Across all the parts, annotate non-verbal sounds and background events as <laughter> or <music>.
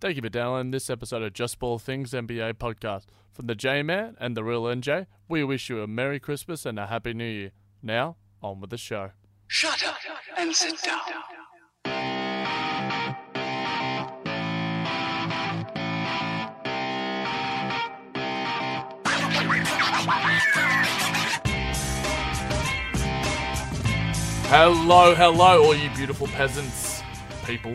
Thank you for downloading this episode of Just Ball Things NBA podcast. From the J Man and the real NJ, we wish you a Merry Christmas and a Happy New Year. Now, on with the show. Shut up and sit down. Hello, hello, all you beautiful peasants, people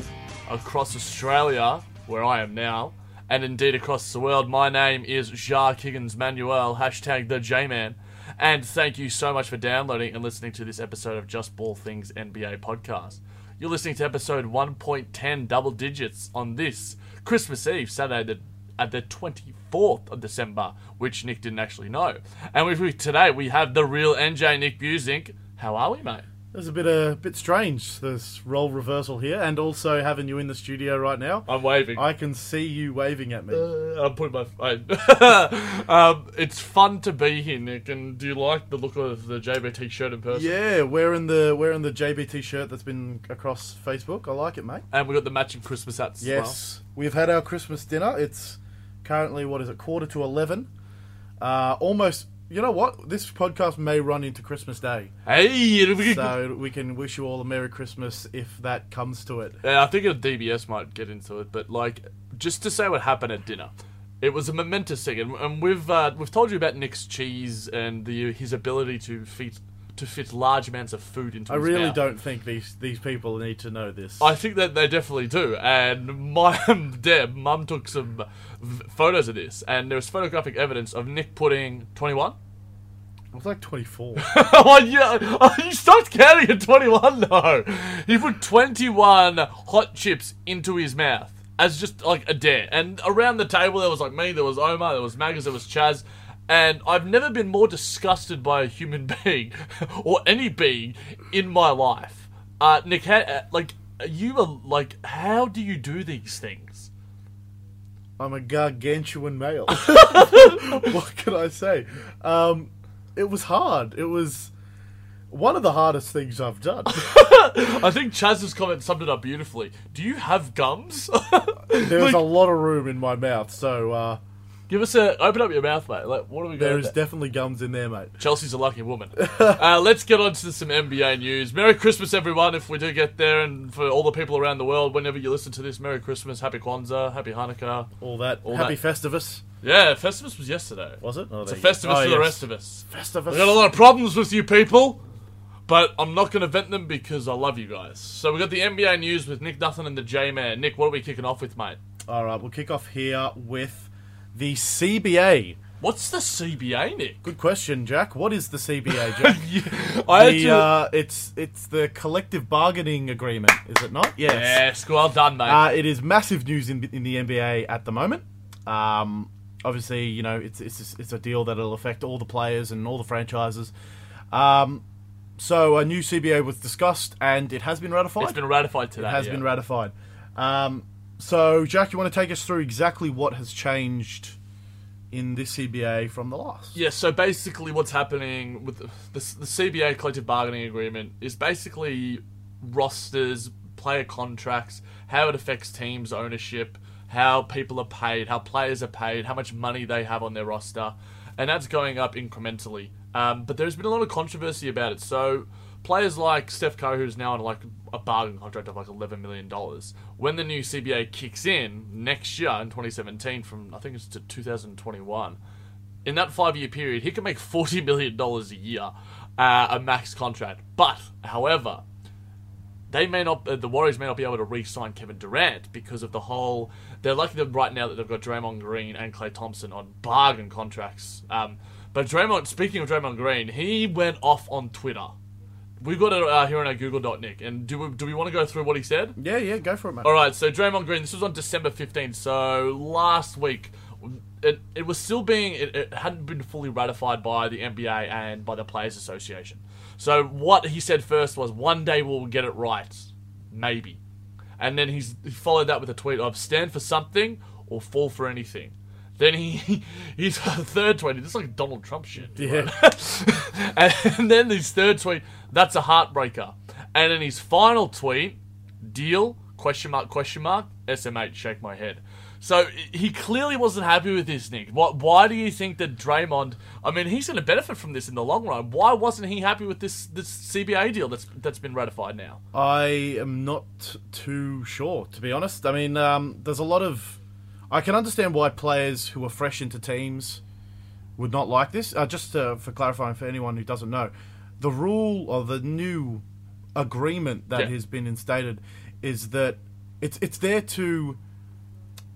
across Australia, where I am now, and indeed across the world. My name is Jacques Higgins Manuel, hashtag the J Man, and thank you so much for downloading and listening to this episode of Just Ball Things NBA podcast. You're listening to episode 1.10, double digits, on this Christmas Eve, Saturday, the at the 24th of December, which Nick didn't actually know. And with me today, we have the real NJ Nick Busink. How are we, mate? That's a bit a bit strange. This role reversal here, and also having you in the studio right now. I'm waving. I can see you waving at me. Uh, <laughs> I'm putting my phone. <laughs> um, it's fun to be here, Nick. And do you like the look of the JBT shirt in person? yeah, wearing the wearing the JBT shirt that's been across Facebook. I like it, mate. And we got the matching Christmas hats. as Yes, we've had our Christmas dinner. It's currently what is it, quarter to eleven? Uh, almost. You know what? This podcast may run into Christmas <laughs> Day, well. Hey, it'll be good. so we can wish you all a Merry Christmas if that comes to it. <laughs> Yeah, I think a DBS might get into it, but like, just to say what happened at dinner, it was a momentous thing, and, and we've uh, we've told you about Nick's cheese and the his ability to fit to fit large amounts of food into. I his really mouth. don't think these these people need to know this. I think that they definitely do, and my <laughs> Deb mum took some v- photos of this, and there was photographic evidence of Nick putting twenty one. I was like <laughs> twenty four. oh yeah, oh, you stopped counting at 21 though. He put 21 hot chips into his mouth as just like a dare. And around the table there was like me, there was Omar, there was Magus, there was Chaz. And I've never been more disgusted by a human <laughs> being or any being in my life. Uh, Nick, ha- uh, like you are like, how do you do these things? I'm a <laughs> gargantuan male. <laughs> what can I say? Um, it was hard. It was one of the hardest things <laughs> I've done. I think Chaz's comment summed it up beautifully. Do you have gums? <laughs> There was a lot of room in my mouth, so uh, Give us a open up your mouth, mate. Like, what are we going? there with is that? definitely gums in there, mate. Chelsea's a lucky woman. <laughs> uh, let's get on to some NBA news. Merry Christmas, everyone, if we do get there, and for all the people around the world, whenever you listen to this, Merry Christmas, Happy Kwanzaa, Happy Hanukkah. All that. All Happy Festivus, Yeah, Festivus was yesterday. was it? Oh, It's a Festivus for the rest of us. Festivus. I got a lot of problems with you people, but I'm not going to vent them because I love you guys. So we got the NBA news with Nick Nothing and the J Man. Nick, what are we kicking off with, mate? All right, we'll kick off here with the CBA. What's the CBA, Nick? <laughs> Good question, Jack. What is the CBA, Jack? I the, uh, it's it's the collective bargaining agreement, is it not? Yes. Yes, well done, mate. Uh, it is massive news in, in the NBA at the moment. Um, obviously, you know it's it's it's a deal that'll affect all the players and all the franchises. Um, so a new CBA was discussed and it has been ratified. it's been ratified today. It has yeah. been ratified. Um, so, Jack, you want to take us through exactly what has changed in this CBA from the last? Yeah, so basically, what's happening with the, the, the CBA collective bargaining agreement is basically rosters, player contracts, how it affects teams' ownership, how people are paid, how players are paid, how much money they have on their roster, and that's going up incrementally. Um, but there's been a lot of controversy about it. So players like Steph Curry, who's now on like a bargain contract of like eleven million dollars, when the new CBA kicks in next year in 2017, from I think it's to 2021 in that five year period, he can make $40 million a year, uh, a max contract. But, however, they may not, uh, the Warriors may not be able to re sign Kevin Durant because of the whole. They're lucky that right now that they've got Draymond Green and Clay Thompson on bargain contracts. Um, but Draymond, speaking of Draymond Green, he went off on Twitter. We've got it uh, here on our Google Doc, Nick. And do we, do we want to go through what he said? Yeah, yeah, go for it, mate. All right, so Draymond Green. This was on December fifteenth, so last week. It, it was still being it, it hadn't been fully ratified by the NBA and by the Players Association. So what he said first was, "One day we'll get it right, maybe," and then he's, he followed that with a tweet of, "Stand for something or fall for anything." Then he <laughs> he's a third tweet. This is like Donald Trump shit. Yeah. <laughs> and then his third tweet, that's a heartbreaker. And then his final tweet, deal question mark question mark SMH, shake my head. So i- he clearly wasn't happy with this, Nick. Why, why do you think that Draymond? I mean, he's going to benefit from this in the long run. Why wasn't he happy with this this CBA deal that's that's been ratified now? I am not too sure, to be honest. I mean, um, there's a lot of. I can understand why players who are fresh into teams would not like this. Uh, just uh, for clarifying for anyone who doesn't know, the rule or the new agreement that Yeah. has been instated is that it's it's there to.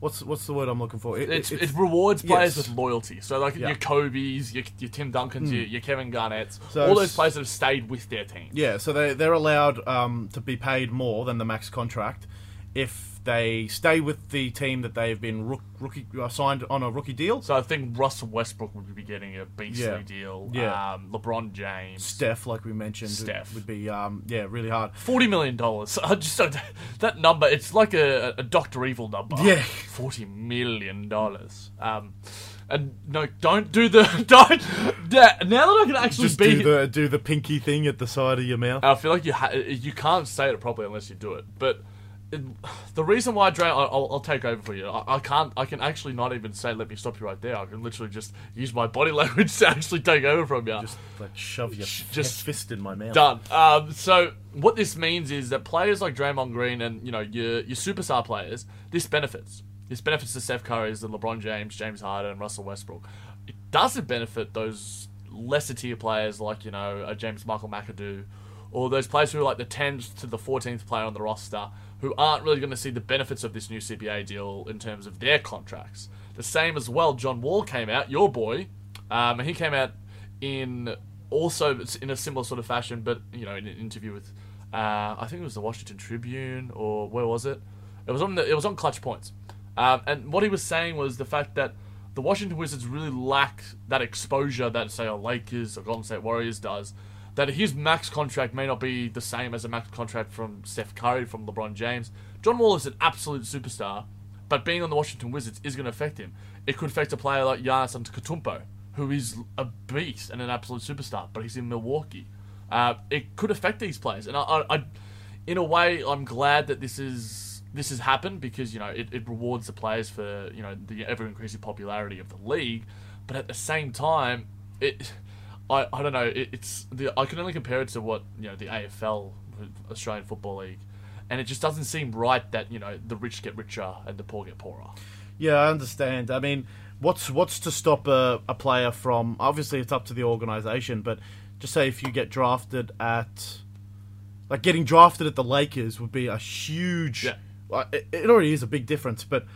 What's what's the word I'm looking for? It- It's, it- it rewards players yes. with loyalty. So like Yeah. Hmm. your Kobe's, your, your Tim Duncan's, your, your Kevin Garnett's, So all it's- those players that have stayed with their team. Yeah, so they they're allowed um, to be paid more than the max contract if they stay with the team that they've been rook, rookie uh, signed on a rookie deal. So I think Russell Westbrook would be getting a beastly Yeah. deal. Yeah. Um, LeBron James, Steph, like we mentioned, would- Steph. would be um, yeah really hard. forty million dollars. <laughs> I just don't, that number. It's like a, a Doctor Evil number. Yeah. forty million dollars. Um, and no, don't do the <laughs> don't. da- Now that I can actually Just be, Uh, do the do the pinky thing at the side of your mouth. I feel like you ha- you can't say it properly unless you do it. But it, the reason why Dre, I'll, I'll- I'll take over for you. I, I can't. I can actually not even say. Let me stop you right there. I can literally just use my body <laughs> language to actually take over from you. just like shove your Sh- just fist in my mouth. Done. Um, so what this means is that players like Draymond Green and you know your your superstar players, this benefits. This benefits the Steph Currys, the LeBron James, James Harden, and Russell Westbrook. It doesn't benefit those lesser tier players like you know a James Michael McAdoo, or those players who are like the tenth to the fourteenth player on the roster who aren't really going to see the benefits of this new CBA deal in terms of their contracts. The same as well. John Wall came out, your boy, um, and he came out in also in a similar sort of fashion, but you know, in an interview with, uh, I think it was the Washington Tribune or where was it? It was on the, it was on Clutch Points, um, and what he was saying was the fact that the Washington Wizards really lack that exposure that say a Lakers or Golden State Warriors does. That his max contract may not be the same as a max contract from Steph Curry, from LeBron James. John Wall is an absolute superstar, but being on the Washington Wizards is going to affect him. It could affect a player like Giannis Antetokounmpo, who is a beast and an absolute superstar, but he's in Milwaukee. Uh, it could affect these players, and I, I, I, in a way, I'm glad that this is this has happened because you know it, it rewards the players for you know the ever increasing popularity of the league, but at the same time, it. I, I don't know. It, it's the I can only compare it to what you know the AFL, Australian Football League, and it just doesn't seem right that you know the rich get richer and the poor get poorer. Yeah, I understand. I mean, what's what's to stop a, a player from? Obviously, it's up to the organization, but just say if you get drafted at, like getting drafted at the Lakers would be a huge. Yeah. Well, it, it already is a big difference, but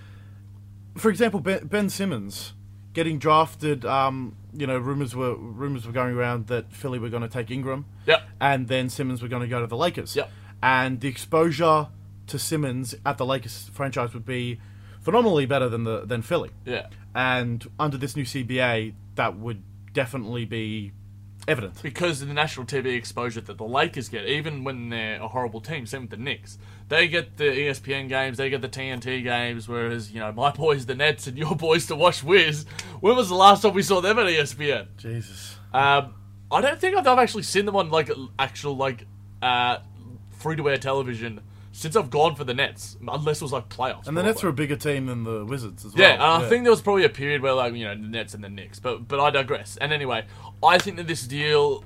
for example, Ben, ben Simmons getting drafted. Um, you know, rumors were rumors were going around that Philly were going to take Ingram. Yeah. And then Simmons were going to go to the Lakers. Yep. And the exposure to Simmons at the Lakers franchise would be phenomenally better than the than Philly. Yeah, And under this new CBA, that would definitely be evident. because of the national TV exposure that the Lakers get, even when they're a horrible team, same with the Knicks, they get the E ESPN games, they get the TNT games. Whereas you know my <laughs> boys the Nets and your boys the Wash Wiz. When was the last time we saw them at E ESPN? Jesus. Um, I don't think I've, I've actually seen them on like actual like uh, free to air television since I've gone for the Nets, unless it was like playoffs. And the Nets were probably. a bigger team than the Wizards as well. Oh, Yeah, and I think there was probably a period where like you know the Nets and the Knicks, but but I digress. And anyway, I think that this deal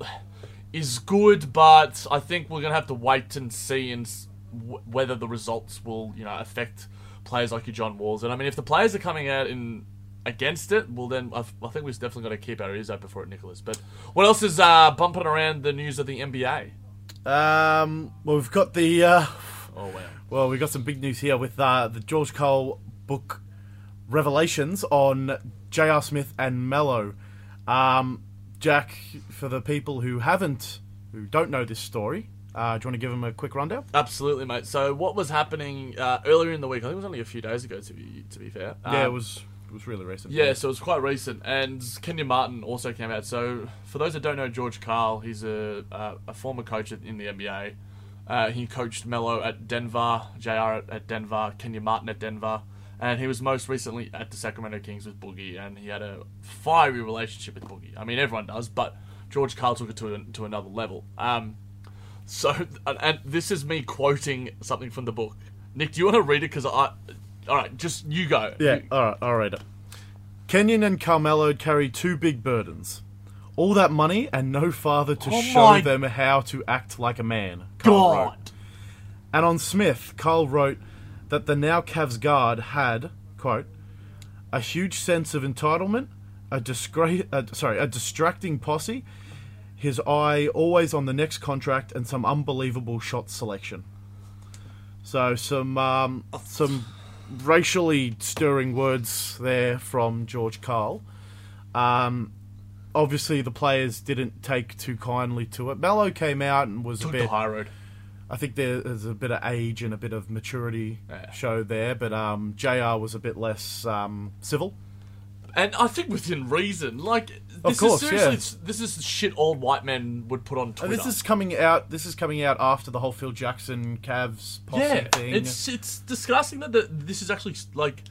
is good, but I think we're gonna have to wait and see and s- w- whether the results will you know affect players like your John Walls. And I mean, if the players are coming out in against it, well then i I think we've definitely got to keep our ears open for it, Nicholas. But what else is uh, bumping around the news of the NBA? Um, well, we've got the uh, Oh wow, well, we've got some big news here with uh, the George Cole book revelations on J.R. Smith and Mello. Um, Jack, for the people who haven't, who don't know this story, uh, do you want to give them a quick rundown? absolutely, mate. So what was happening uh, earlier in the week? I think it was only a few days ago. To be to be fair, yeah, it Um, was it was really recent. Yeah, so it was quite recent, and Kenyon Martin also came out. So for those that don't know, George Carl, he's a uh, a former coach at- in the NBA. Uh, he coached Mello at Denver, Jr. at at Denver, Kenyon Martin at Denver, and he was most recently at the Sacramento Kings with Boogie, and he had a fiery relationship with Boogie. I mean, everyone does, but George Carl took it to an, to another level. Um, <laughs> so, and, and this is me quoting something from the book. Nick, do you want to read it? Because I, All right, just you go. Yeah, You- all right, all right. Kenyon and Carmelo carry two big burdens. All that money and no father to Oh my- show them how to act like a man. Carl wrote. God. And on Smith, Carl wrote that the now Cavs guard had, quote, a huge sense of entitlement, a disgrace, uh, sorry, a distracting posse, his eye always on the next contract, and some unbelievable shot selection. So some um, some racially stirring words there from George Carl. Um, obviously, the players didn't take too kindly to it. Mello came out and was Took a bit the high road. I think there's a bit of age and a bit of maturity Yeah. showed there, but um, JR was a bit less um, civil. And I think within reason. Like, this course, is yeah. seriously, this is shit old white men would put on And Twitter. this is coming out. This is coming out after the whole Phil Jackson Cavs posse yeah, thing. it's it's disgusting that the, this is actually like,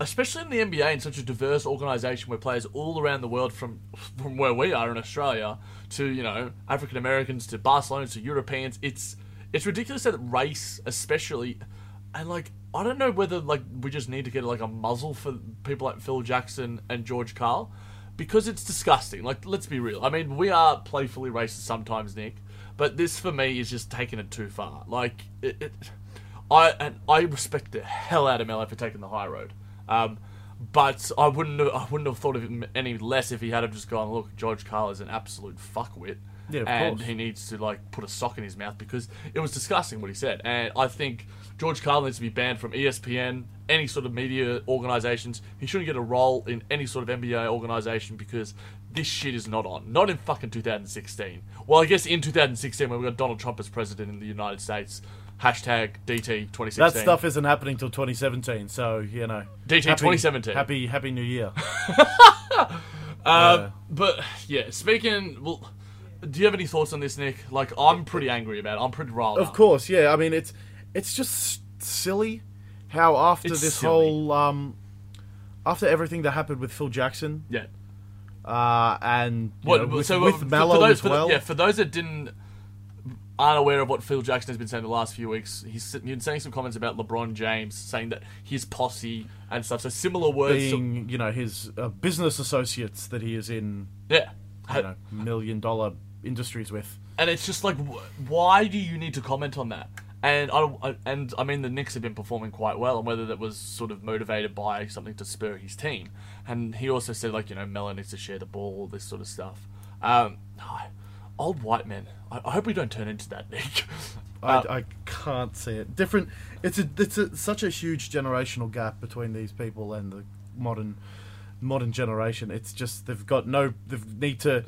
especially in the NBA, in such a diverse organization where players all around the world, from from where we are in Australia to you know African Americans to Barcelona to Europeans, it's it's ridiculous that race, especially, and like I don't know whether like we just need to get like a muzzle for people like Phil Jackson and George Carl. Because it's disgusting. Like, let's be real. I mean, we are playfully racist sometimes, Nick. But this for me is just taking it too far. Like it, it I and I respect the hell out of Melo for taking the high road. Um, but I wouldn't have, I wouldn't have thought of him any less if he had have just gone look George Carl is an absolute fuckwit. Yeah, of and course. he needs to like put a sock in his mouth because it was disgusting what he said. And I think George Carl needs to be banned from E ESPN, any sort of media organizations. He shouldn't get a role in any sort of NBA organization because this shit is not on. Not in fucking 2016. Well, I guess in 2016 when we got Donald Trump as president in the United States. Hashtag DT 2016. that stuff isn't happening till 2017. So you know, DT 2017. Happy Happy New Year. Uh, but yeah, speaking. Well, do you have any thoughts on this, Nick? Like, I'm pretty angry about. it. I'm pretty riled of up. course, yeah. I mean, it's it's just silly how after It's this silly. whole um, after everything that happened with Phil Jackson Yeah. uh, and you What? know, with, so uh, with for- Mallow for those, as for the- well. yeah, for those that didn't aren't aware of what Phil Jackson has been saying the last few weeks, he's, he's been saying some comments about LeBron James, saying that his posse and stuff. So similar words. to- being you know his uh, business associates that he is in yeah. you know million dollar industries with. and it's just like, wh- why do you need to comment on that? And I, I and I mean the Knicks have been performing quite well, and whether that was sort of motivated by something to spur his team, and he also said like you know Melo needs to share the ball, all this sort of stuff. Um, <sighs> old white men. I, I hope we don't turn into that, Nick. I, Uh, I can't see it. Different. It's a it's a, such a huge generational gap between these people and the modern modern generation. It's just they've got no they need to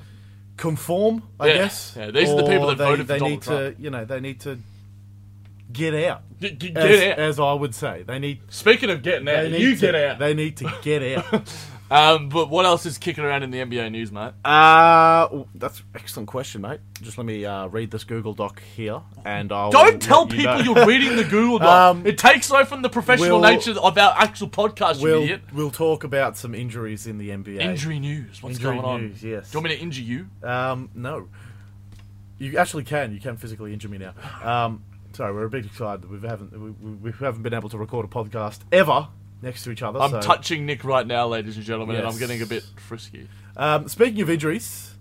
conform. I Yeah. guess. Yeah, these are the people or that they, voted for They Donald need Trump. to you know they need to get out. G- g- get as, out. as I would say. They need. Speaking of getting They out, need you to, get out. They need to <laughs> get out. Um, but what else is kicking around in the NBA news, mate? uh, oh, that's an excellent question, mate. Just let me uh, read this Google Doc here, and I'll Don't tell let you people know. you're reading the <laughs> Google Doc. Um, it takes away from the professional we'll- nature of our actual podcast, you We'll, idiot. we'll talk about some injuries in the NBA. Injury news. What's Injury going on? news, yes. Do you want me to injure you? Um, no. You actually can. You can physically injure me now. Um, sorry, we're a bit excited. We haven't we, we we haven't been able to record a podcast ever next to each other. I'm so. touching Nick right now, ladies and gentlemen, and I'm Yes. getting a bit <laughs> frisky. Um, speaking of injuries,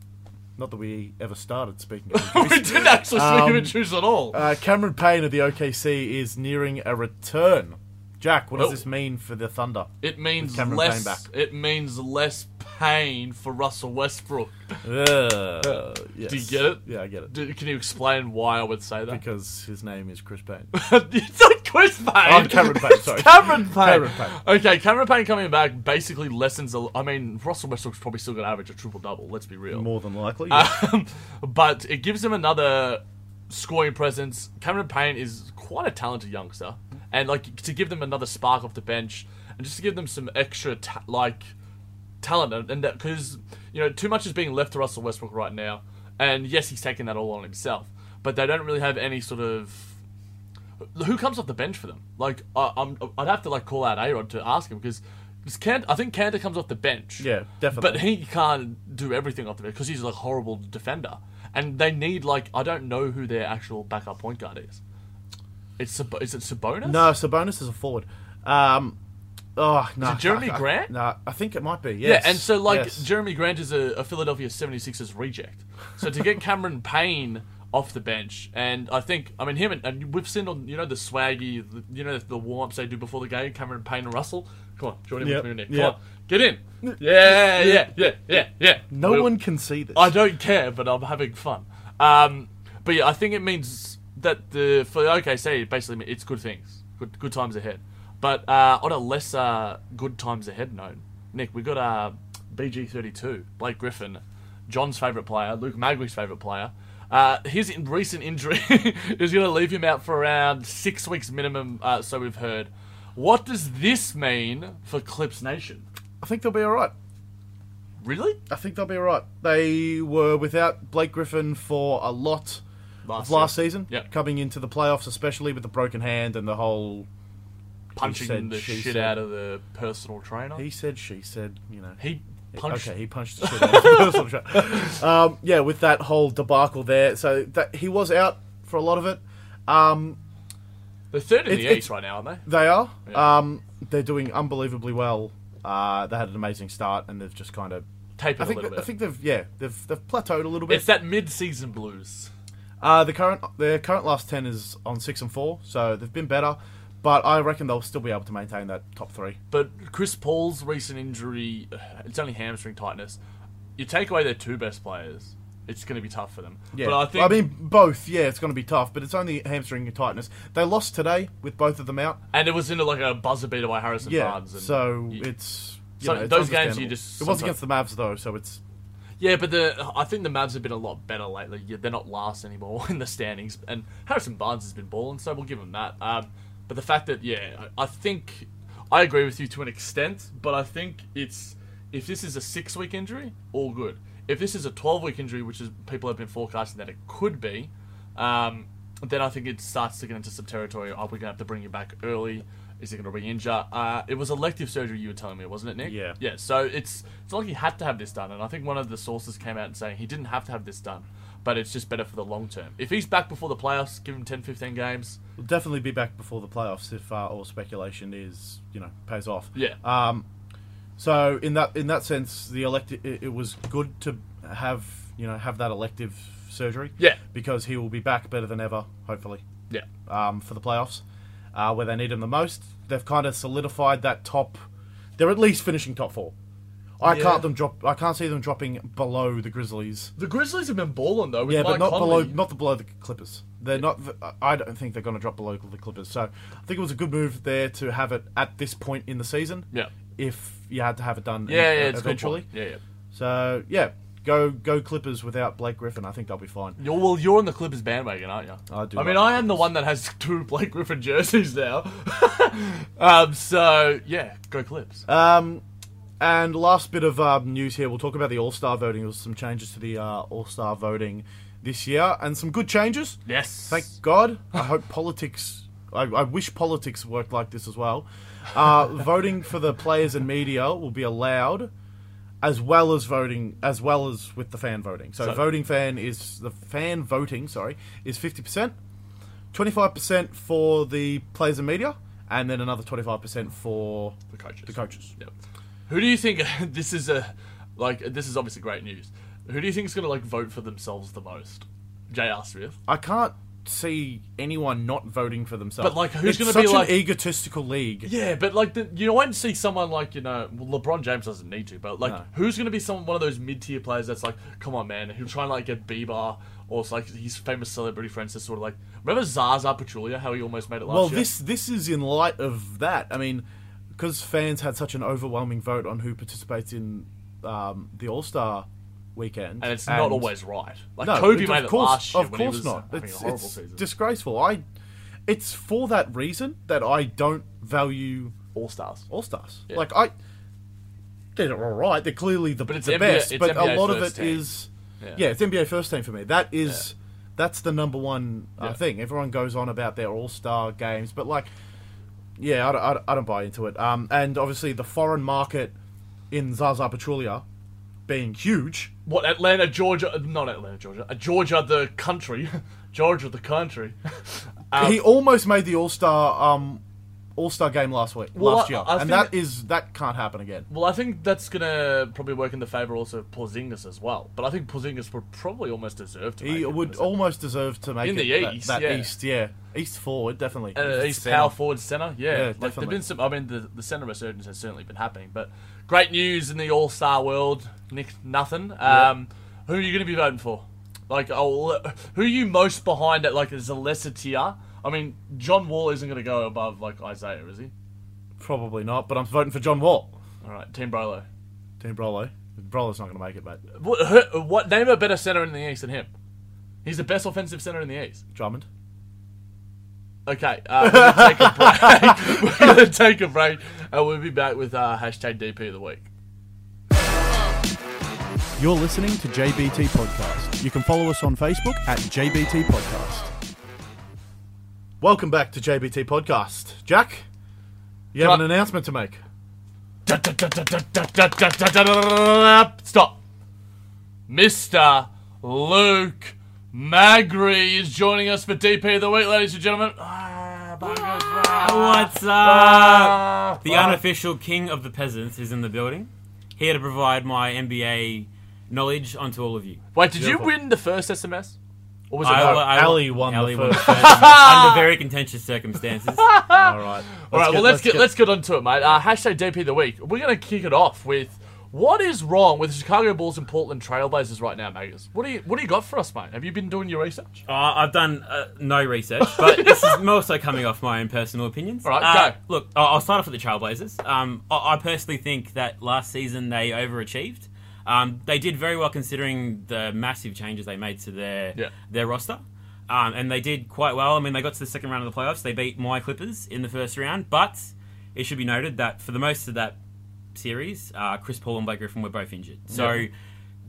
not that we ever started speaking <laughs> of we injuries. didn't actually speak of Um, injuries at all. uh, Cameron Payne of the OKC is nearing a return. Jack, what does Oh. this mean for the Thunder? it means Cameron less. Payne back. It means less pain for Russell Westbrook. Uh, yes. Do you get it? Yeah, I get it. Do, can you explain why I would say that? Because his name is <laughs> Chris Payne. it's not Chris Payne. Oh, Cameron Payne, It's sorry. Cameron Payne. Cameron Payne. Okay, Cameron Payne coming back basically lessens. a- I mean, Russell Westbrook's probably still going to average a triple double. Let's be real. More than likely. Um, but it gives him another scoring presence. Cameron Payne is quite a talented youngster, and like to give them another spark off the bench, and just to give them some extra ta- like talent, and- and because you know too much is being left to Russell Westbrook right now, and yes, he's taking that all on himself, but they don't really have any sort of who comes off the bench for them? Like I, I'm, I'd have to like call out Arod to ask him because. Kant, I think Kanter comes off the bench. Yeah, definitely. But he can't do everything off the bench because he's a horrible defender, and they need like I don't know who their actual backup point guard is. It's Sab- is it Sabonis? No, Sabonis is a forward. Um, oh no, it Jeremy I- I- Grant? No, I think it might be. Yes. Yeah, and so like Yes. Jeremy Grant is a, a Philadelphia 76ers reject. So to get <laughs> Cameron Payne off the bench, and I think I mean him and, and we've seen on you know the swaggy, the, you know the warm ups they do before the game. Cameron Payne and Russell, come on, join in Yep, with me, Nick. Come yep. on, get <laughs> in. Yeah, yeah, yeah, yeah, yeah. no We'll- one can see this. I don't care, but I'm having fun. Um, but yeah, I think it means that the for the OKC it basically mean- it's good things, good good times ahead. But uh, on a lesser good times ahead note, Nick, we got uh, BG32, Blake Griffin, John's favorite player, Luke Magley's favorite player. Uh, his in- recent injury <laughs> is going to leave him out for around six weeks minimum. Uh, so we've heard. What does this mean for Clips Nation? I think they'll be all right. Really? I think they'll be all right. They were without Blake Griffin for a lot of last season, Yeah. coming into the playoffs, especially with the broken hand and the whole punching said, the she shit said. out of the personal trainer. he said, she said, you know. He punched. Okay, he punched the shit out of <laughs> the person. um, yeah, with that whole debacle there, so that he was out for a lot of it. Um, They're third in It- the it's- East right now, aren't they? They are. Yeah. Um, they're doing unbelievably well. Uh, they had an amazing start, and they've just kind of. Tape it I think. a little that- bit. I think they've. Yeah, they've they've plateaued a little bit. it's that mid-season blues. Uh, the current their current last ten is on six and four, so they've been better, but I reckon they'll still be able to maintain that top three. But Chris Paul's recent injury, <sighs> it's only hamstring tightness. You take away their two best players, it's going to be tough for them. Yeah, But I think I mean both. Yeah, it's going to be tough, but it's only hamstring tightness. They lost today with both of them out. and it was into like a buzzer beater by Harrison Yeah, Barnes. And so you- it's. You So know, it's those games understandable. you just It was sometimes- against the Mavs though, so it's yeah, but the I think the Mavs have been a lot better lately. Yeah, they're not last anymore <laughs> in the standings, and Harrison Barnes has been balling, so we'll give him that. Um, but the fact that yeah, I I think I agree with you to an extent, but I think it's if this is a six week injury, all good. If this is a twelve week injury, which is people have been forecasting that it could be, um, then I think it starts to get into some territory. Are we going to have to bring you back early? Is it going to re-injure? Uh, it was elective surgery you were telling me, wasn't it, Nick? Yeah. Yeah. So it's it's not like he had to have this done, and I think one of the sources came out and saying he didn't have to have this done, but it's just better for the long term. If he's back before the playoffs, give him 10, 15 games. We'll definitely be back before the playoffs if uh, all speculation is, you know, pays off. Yeah. Um, so in that in that sense, the elective it, it was good to have you know have that elective surgery. Yeah. Because he will be back better than ever, hopefully, Yeah. um, for the playoffs, uh, where they need him the most. They've kind of solidified that top. They're at least finishing top four. I Yeah. can't them drop. I can't see them dropping below the Grizzlies. The Grizzlies have been balling though. With Yeah, Mike but not Conley. below, not the below the Clippers. They're not. I don't think they're going to drop below the Clippers. So I think it was a good move there to have it at this point in the season. Yeah. If you had to have it done. Yeah, e- yeah, it's eventually. eventually. Yeah, yeah. So yeah, go go Clippers without Blake Griffin. I think they'll be fine. You're, well, you're on the Clippers bandwagon, aren't you? I do I mean, like I am the one that has <laughs> two Blake Griffin jerseys now. <laughs> um, so yeah, go Clips. Um, and last bit of um, news here. We'll talk about the All Star voting. There was some changes to the uh, All Star voting this year, and some good changes. yes. Thank God. I hope <laughs> politics. I, I wish politics worked like this as well. Uh, voting for the players and media will be allowed, as well as voting, as well as with the fan voting. So, So- voting fan is the fan voting. Sorry, is fifty percent, twenty five percent for the players and media, and then another twenty five percent for the coaches. the coaches. Yep. Who do you think <laughs> this is a like? This is obviously great news. Who do you think is going to like vote for themselves the most? J.R. Smith. I can't see anyone not voting for themselves. But, like, who's It's gonna such be, like- an egotistical league? Yeah, but like the, you won't see someone like you know well, LeBron James doesn't need to, but like No. who's going to be some one of those mid tier players that's like, come on man, he'll try and like get Bieber or it's like his famous celebrity friends that's sort of like remember Zaza Pachulia how he almost made it last Well, year. this this is in light of that. I mean, because fans had such an overwhelming vote on who participates in um, the All Star weekend, and it's not always right. Like no, Kobe it- made of it course, last year Of when he course was not. having It's, a horrible it's season. disgraceful. I. It's for that reason that I don't value All stars. All Stars. Yeah. Like I, they're all right. They're clearly the, But it's the NBA best, it's but NBA a lot of it first is team. Yeah. yeah. it's NBA first team for me. That is that's the number one uh, Yeah. thing. Everyone goes on about their All Star games, but like, yeah, I don't, I don't, I don't buy into it. Um, and obviously the foreign market in Zaza Pachulia being huge. What Atlanta, Georgia? Not Atlanta, Georgia. Uh, Georgia, the <laughs> <laughs> country. Georgia, the country. Um, he almost made the All Star um, All Star game last week, Well, last I- year, I and think- that is that can't happen again. Well, I think that's gonna probably work in the favor also of Porzingis as well. But I think Porzingis would probably almost deserve to. make He it would as a- almost deserve to make In it the that- East, that, yeah. East, yeah, East forward definitely. uh, East Centre. power forward center. Yeah, Yeah, like there've definitely. been some. I mean, the the center resurgence has certainly been happening. But great news in the All Star world, Nick. Nothing. Um, Who are you going to be voting for? Like, oh, who are you most behind at like is a lesser tier? I mean, John Wall isn't going to go above like Isaiah, is he? Probably not, but I'm voting for John Wall. All right, Team Brolo. Team Brolo. Brolo's not going to make it, uh, mate. What, who, what name a better center in the East than him? He's the best offensive center in the East. Drummond. Okay, uh, we're gonna take a break. we're gonna take a break, and we'll be back with uh, hashtag DP of the week. You're listening to JBT Podcast. You can follow us on Facebook at JBT Podcast. Welcome back to JBT Podcast. Jack, you Can have I- an announcement to make. Stop. Mr. Luke Magri is joining us for DP of the week, ladies and gentlemen. Ah, What's up? ah, the unofficial king of the peasants is in the building, here to provide my MBA knowledge onto all of you. Wait, did you Beautiful. win the first SMS? Or was it? I- no? I- Ali won Ali the won <laughs> the first. first under very contentious circumstances. All right. Ah! All right, well let's get, let's get onto it, mate. Uh, hashtag DP of the week. We're gonna kick it off with what is wrong with the Chicago Bulls and Portland Trailblazers right now, Magus? What do you what do you got for us, mate? Have you been doing your research? Uh, I've done uh, no research, but this is more so coming off my own personal opinions. All right, Uh, go. Look, I- I'll start off with the Trailblazers. Um, I-, I personally think that last season they overachieved. Um, they did very well considering the massive changes they made to their Yeah. their roster. Um, and they did quite well. I mean, they got to the second round of the playoffs. They beat my Clippers in the first round, but it should be noted that for the most of that series, uh, Chris Paul and Blake Griffin were both injured. So Yeah.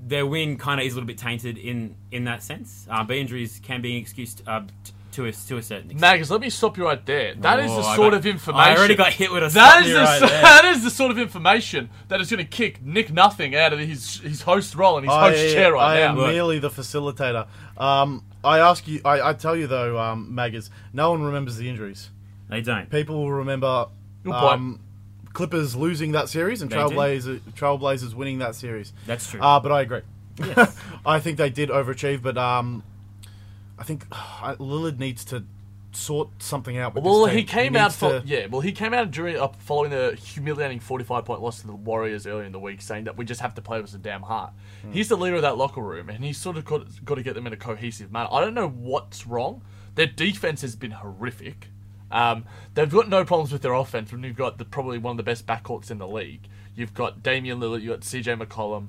their win kind of is a little bit tainted in in that sense. Uh, but injuries can be excused uh, t- to a to a certain extent. Magus, let me stop you right there. That is Oh, the I sort got- of information. I <laughs> already got hit with a That stop is me the, right <laughs> there. that is the sort of information that is going to kick Nick Nothing out of his his host role Oh, and his host chair right I now. am Look. merely the facilitator. Um, I ask you. I, I tell you though, um, Maggers. No one remembers the injuries. They don't. People will remember Good um, Clippers losing that series and They did. Trailblazers Trailblazers winning that series. That's true. Uh, but I agree. Yes. <laughs> I think they did overachieve, but um, I think <sighs> uh, Lillard needs to sort something out. With Well, this team. he came out needs for to- yeah. Well, he came out during uh, following the humiliating forty-five point loss to the Warriors earlier in the week, saying that we just have to play with some damn heart. Hmm. He's the leader of that locker room, and he's sort of got, got to get them in a cohesive manner. I don't know what's wrong. Their defense has been horrific. Um, they've got no problems with their offense when you've got the, probably one of the best backcourts in the league. You've got Damian Lillard, you've got CJ McCollum.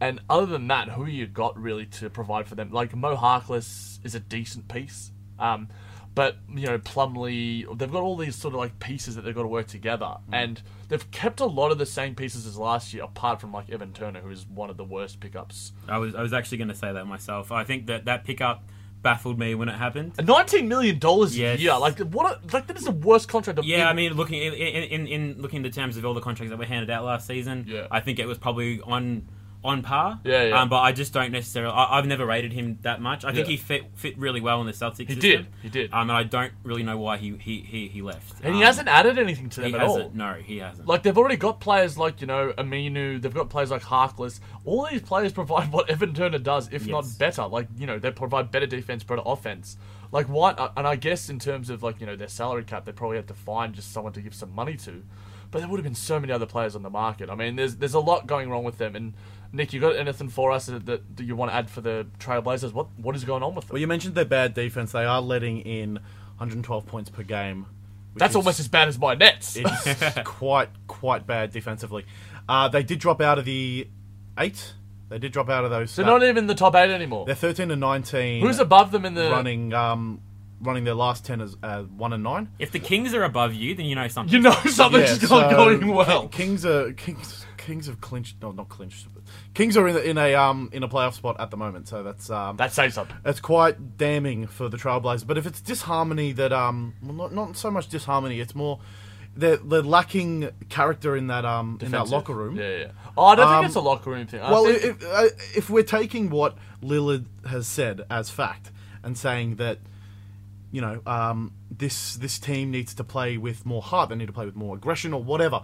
And other than that, who you got really to provide for them? Like Mo Harkless is a decent piece, um, but you know Plumlee, they've got all these sort of like pieces that they've got to work together, Mm. and they've kept a lot of the same pieces as last year, apart from like Evan Turner, who is one of the worst pickups. I was I was actually going to say that myself. I think that that pickup baffled me when it happened. Nineteen million dollars a Yes. year, like what? A, like that is the worst contract. Of Yeah, I mean, looking in, in, in, in looking at the terms of all the contracts that were handed out last season, Yeah. I think it was probably on on par. Yeah, yeah. Um, but I just don't necessarily. I, I've never rated him that much. I think Yeah. he fit fit really well in the Celtics. He system. did, he did. Um, and I don't really know why he he he, he left. and he Um, hasn't added anything to them He at hasn't. all. No, he hasn't. Like they've already got players like you know Aminu. They've got players like Harkless. All these players <laughs> provide what Evan Turner does, if Yes. not better. Like you know they provide better defense, better offense. Like why? uh, And I guess in terms of like you know their salary cap, they probably had to find just someone to give some money to. But there would have been so many other players on the market. I mean, there's there's a lot going wrong with them. And Nick, you got anything for us that, that, that you want to add for the Trailblazers? What what is going on with them? Well, you mentioned their bad defense. They are letting in 112 points per game. which That's is- almost as bad as my Nets. <laughs> it's <laughs> quite quite bad defensively. Uh, they did drop out of the eight. They did drop out of those. They're stat- not even the top eight anymore. They're 13 and 19. Who's above them in the running um, running their last 10 as uh, one and nine? if the Kings are above you, then you know something. <laughs> You know something's <laughs> Yeah, not so going well. Kings are Kings. Kings have clinched. No, not clinched. But Kings are in, a- in a um in a playoff spot at the moment. So that's um That says something. It's quite damning for the Trailblazers. But if it's disharmony that um, well, not not so much disharmony, it's more they're, they're lacking character in that um in that Defensive. locker room. Yeah, yeah. Oh, I don't Um, think it's a locker room thing. I Well, think- if uh, if we're taking what Lillard has said as fact and saying that you know, um, this this team needs to play with more heart. They need to play with more aggression or whatever.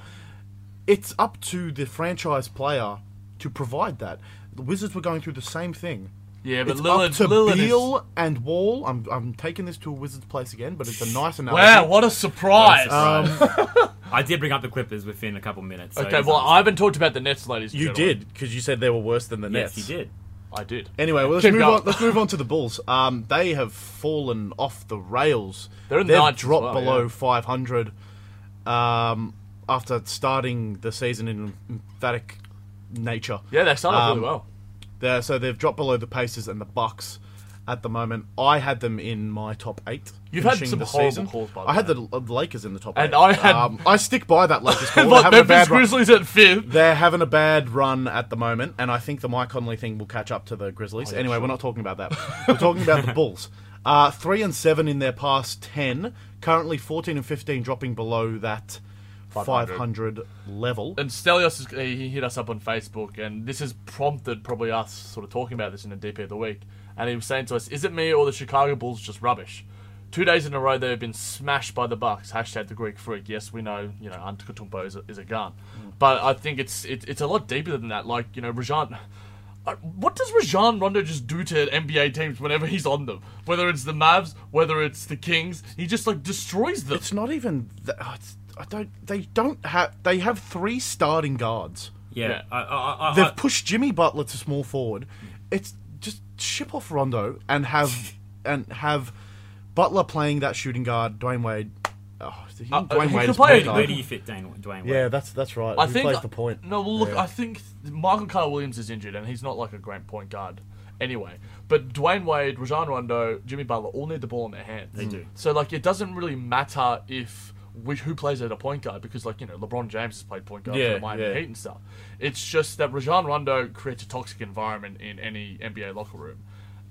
It's up to the franchise player to provide that. The Wizards were going through the same thing. Yeah, but It's Lillard, up to Lillard is- Beal and Wall. I'm, I'm taking this to a Wizards place again, but it's a nice analogy. Wow, what a surprise! Um, <laughs> I did bring up the Clippers within a couple minutes. so okay, he's well, on- I haven't talked about the Nets, ladies. and You gentlemen. did because you said they were worse than the yes, Nets. he did. I did. Anyway, well, let's Keep move going. on. Let's move on to the Bulls. Um, they have fallen off the rails. They're in They've ninth as dropped well, below yeah. 500 um, after starting the season in emphatic nature. <laughs> Yeah, they started off Um, really well. They're, so they've dropped below the Pacers and the Bucks at the moment. I had them in my top eight. You've had finishing some the horrible season. calls, by the I had the L- Lakers in the top And eight. I had- Um, I stick by <laughs> that Lakers call. They're Like having a Memphis bad run. Grizzlies at fifth. They're having a bad run at the moment, and I think the Mike Conley thing will catch up to the Grizzlies. anyway, we're not talking about that. we're talking about <laughs> the Bulls. Uh, three and seven in their past ten. Currently, fourteen and fifteen, dropping below that five hundred level. And Stelios, is, he he hit us up on Facebook, and this has prompted probably us sort of talking about this in the DP of the week. And he was saying to us, "Is it me or the Chicago Bulls just rubbish?" Two days in a row, they have been smashed by the Bucks. Hashtag the Greek Freak. Yes, we know, you know, Antetokounmpo is a, is a gun, but I think it's it, it's a lot deeper than that. Like you know, Rajon. I- What does Rajon Rondo just do to NBA teams whenever he's on them? Whether it's the Mavs, whether it's the Kings, he just like destroys them. It's not even. Th- oh, it's, I don't. They don't have. They have three starting guards. Yeah, Yeah. I, I, I, They've I- pushed Jimmy Butler to small forward. It's just ship off Rondo <laughs> and have and have Butler playing that shooting guard. Dwayne Wade. Oh, is he- Uh, Dwayne he Wade can play is it, point where, guard. where do you fit Dwayne, Dwayne Wade? Yeah, that's that's right. I Who think plays the point? No, well, look, Yeah. I think Michael Carter Williams is injured, and he's not like a great point guard anyway. But Dwayne Wade, Rajon Rondo, Jimmy Butler all need the ball in their hands. They do. So like, it doesn't really matter if we, who plays at a point guard because like you know LeBron James has played point guard Yeah, for the Miami yeah. Heat and stuff. It's just that Rajon Rondo creates a toxic environment in any NBA locker room,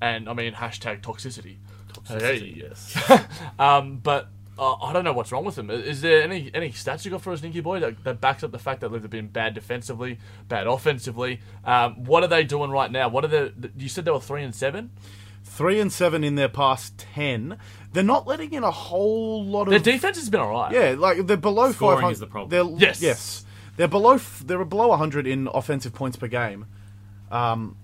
and I mean hashtag toxicity. Toxicity, yes. Um, but uh, I don't know what's wrong with him. Is there any any stats you got for us, Ninky Boy, that, that backs up the fact that they've been bad defensively, bad offensively? Um, what are they doing right now? What are the? You said they were three and seven. Three and seven in their past ten. They're not letting in a whole lot of. Their defense has been alright. Mm. yeah, like they're below Scoring five hundred. is the problem. Yes. yes, they're below. f- They're below hundred in offensive points per game, um,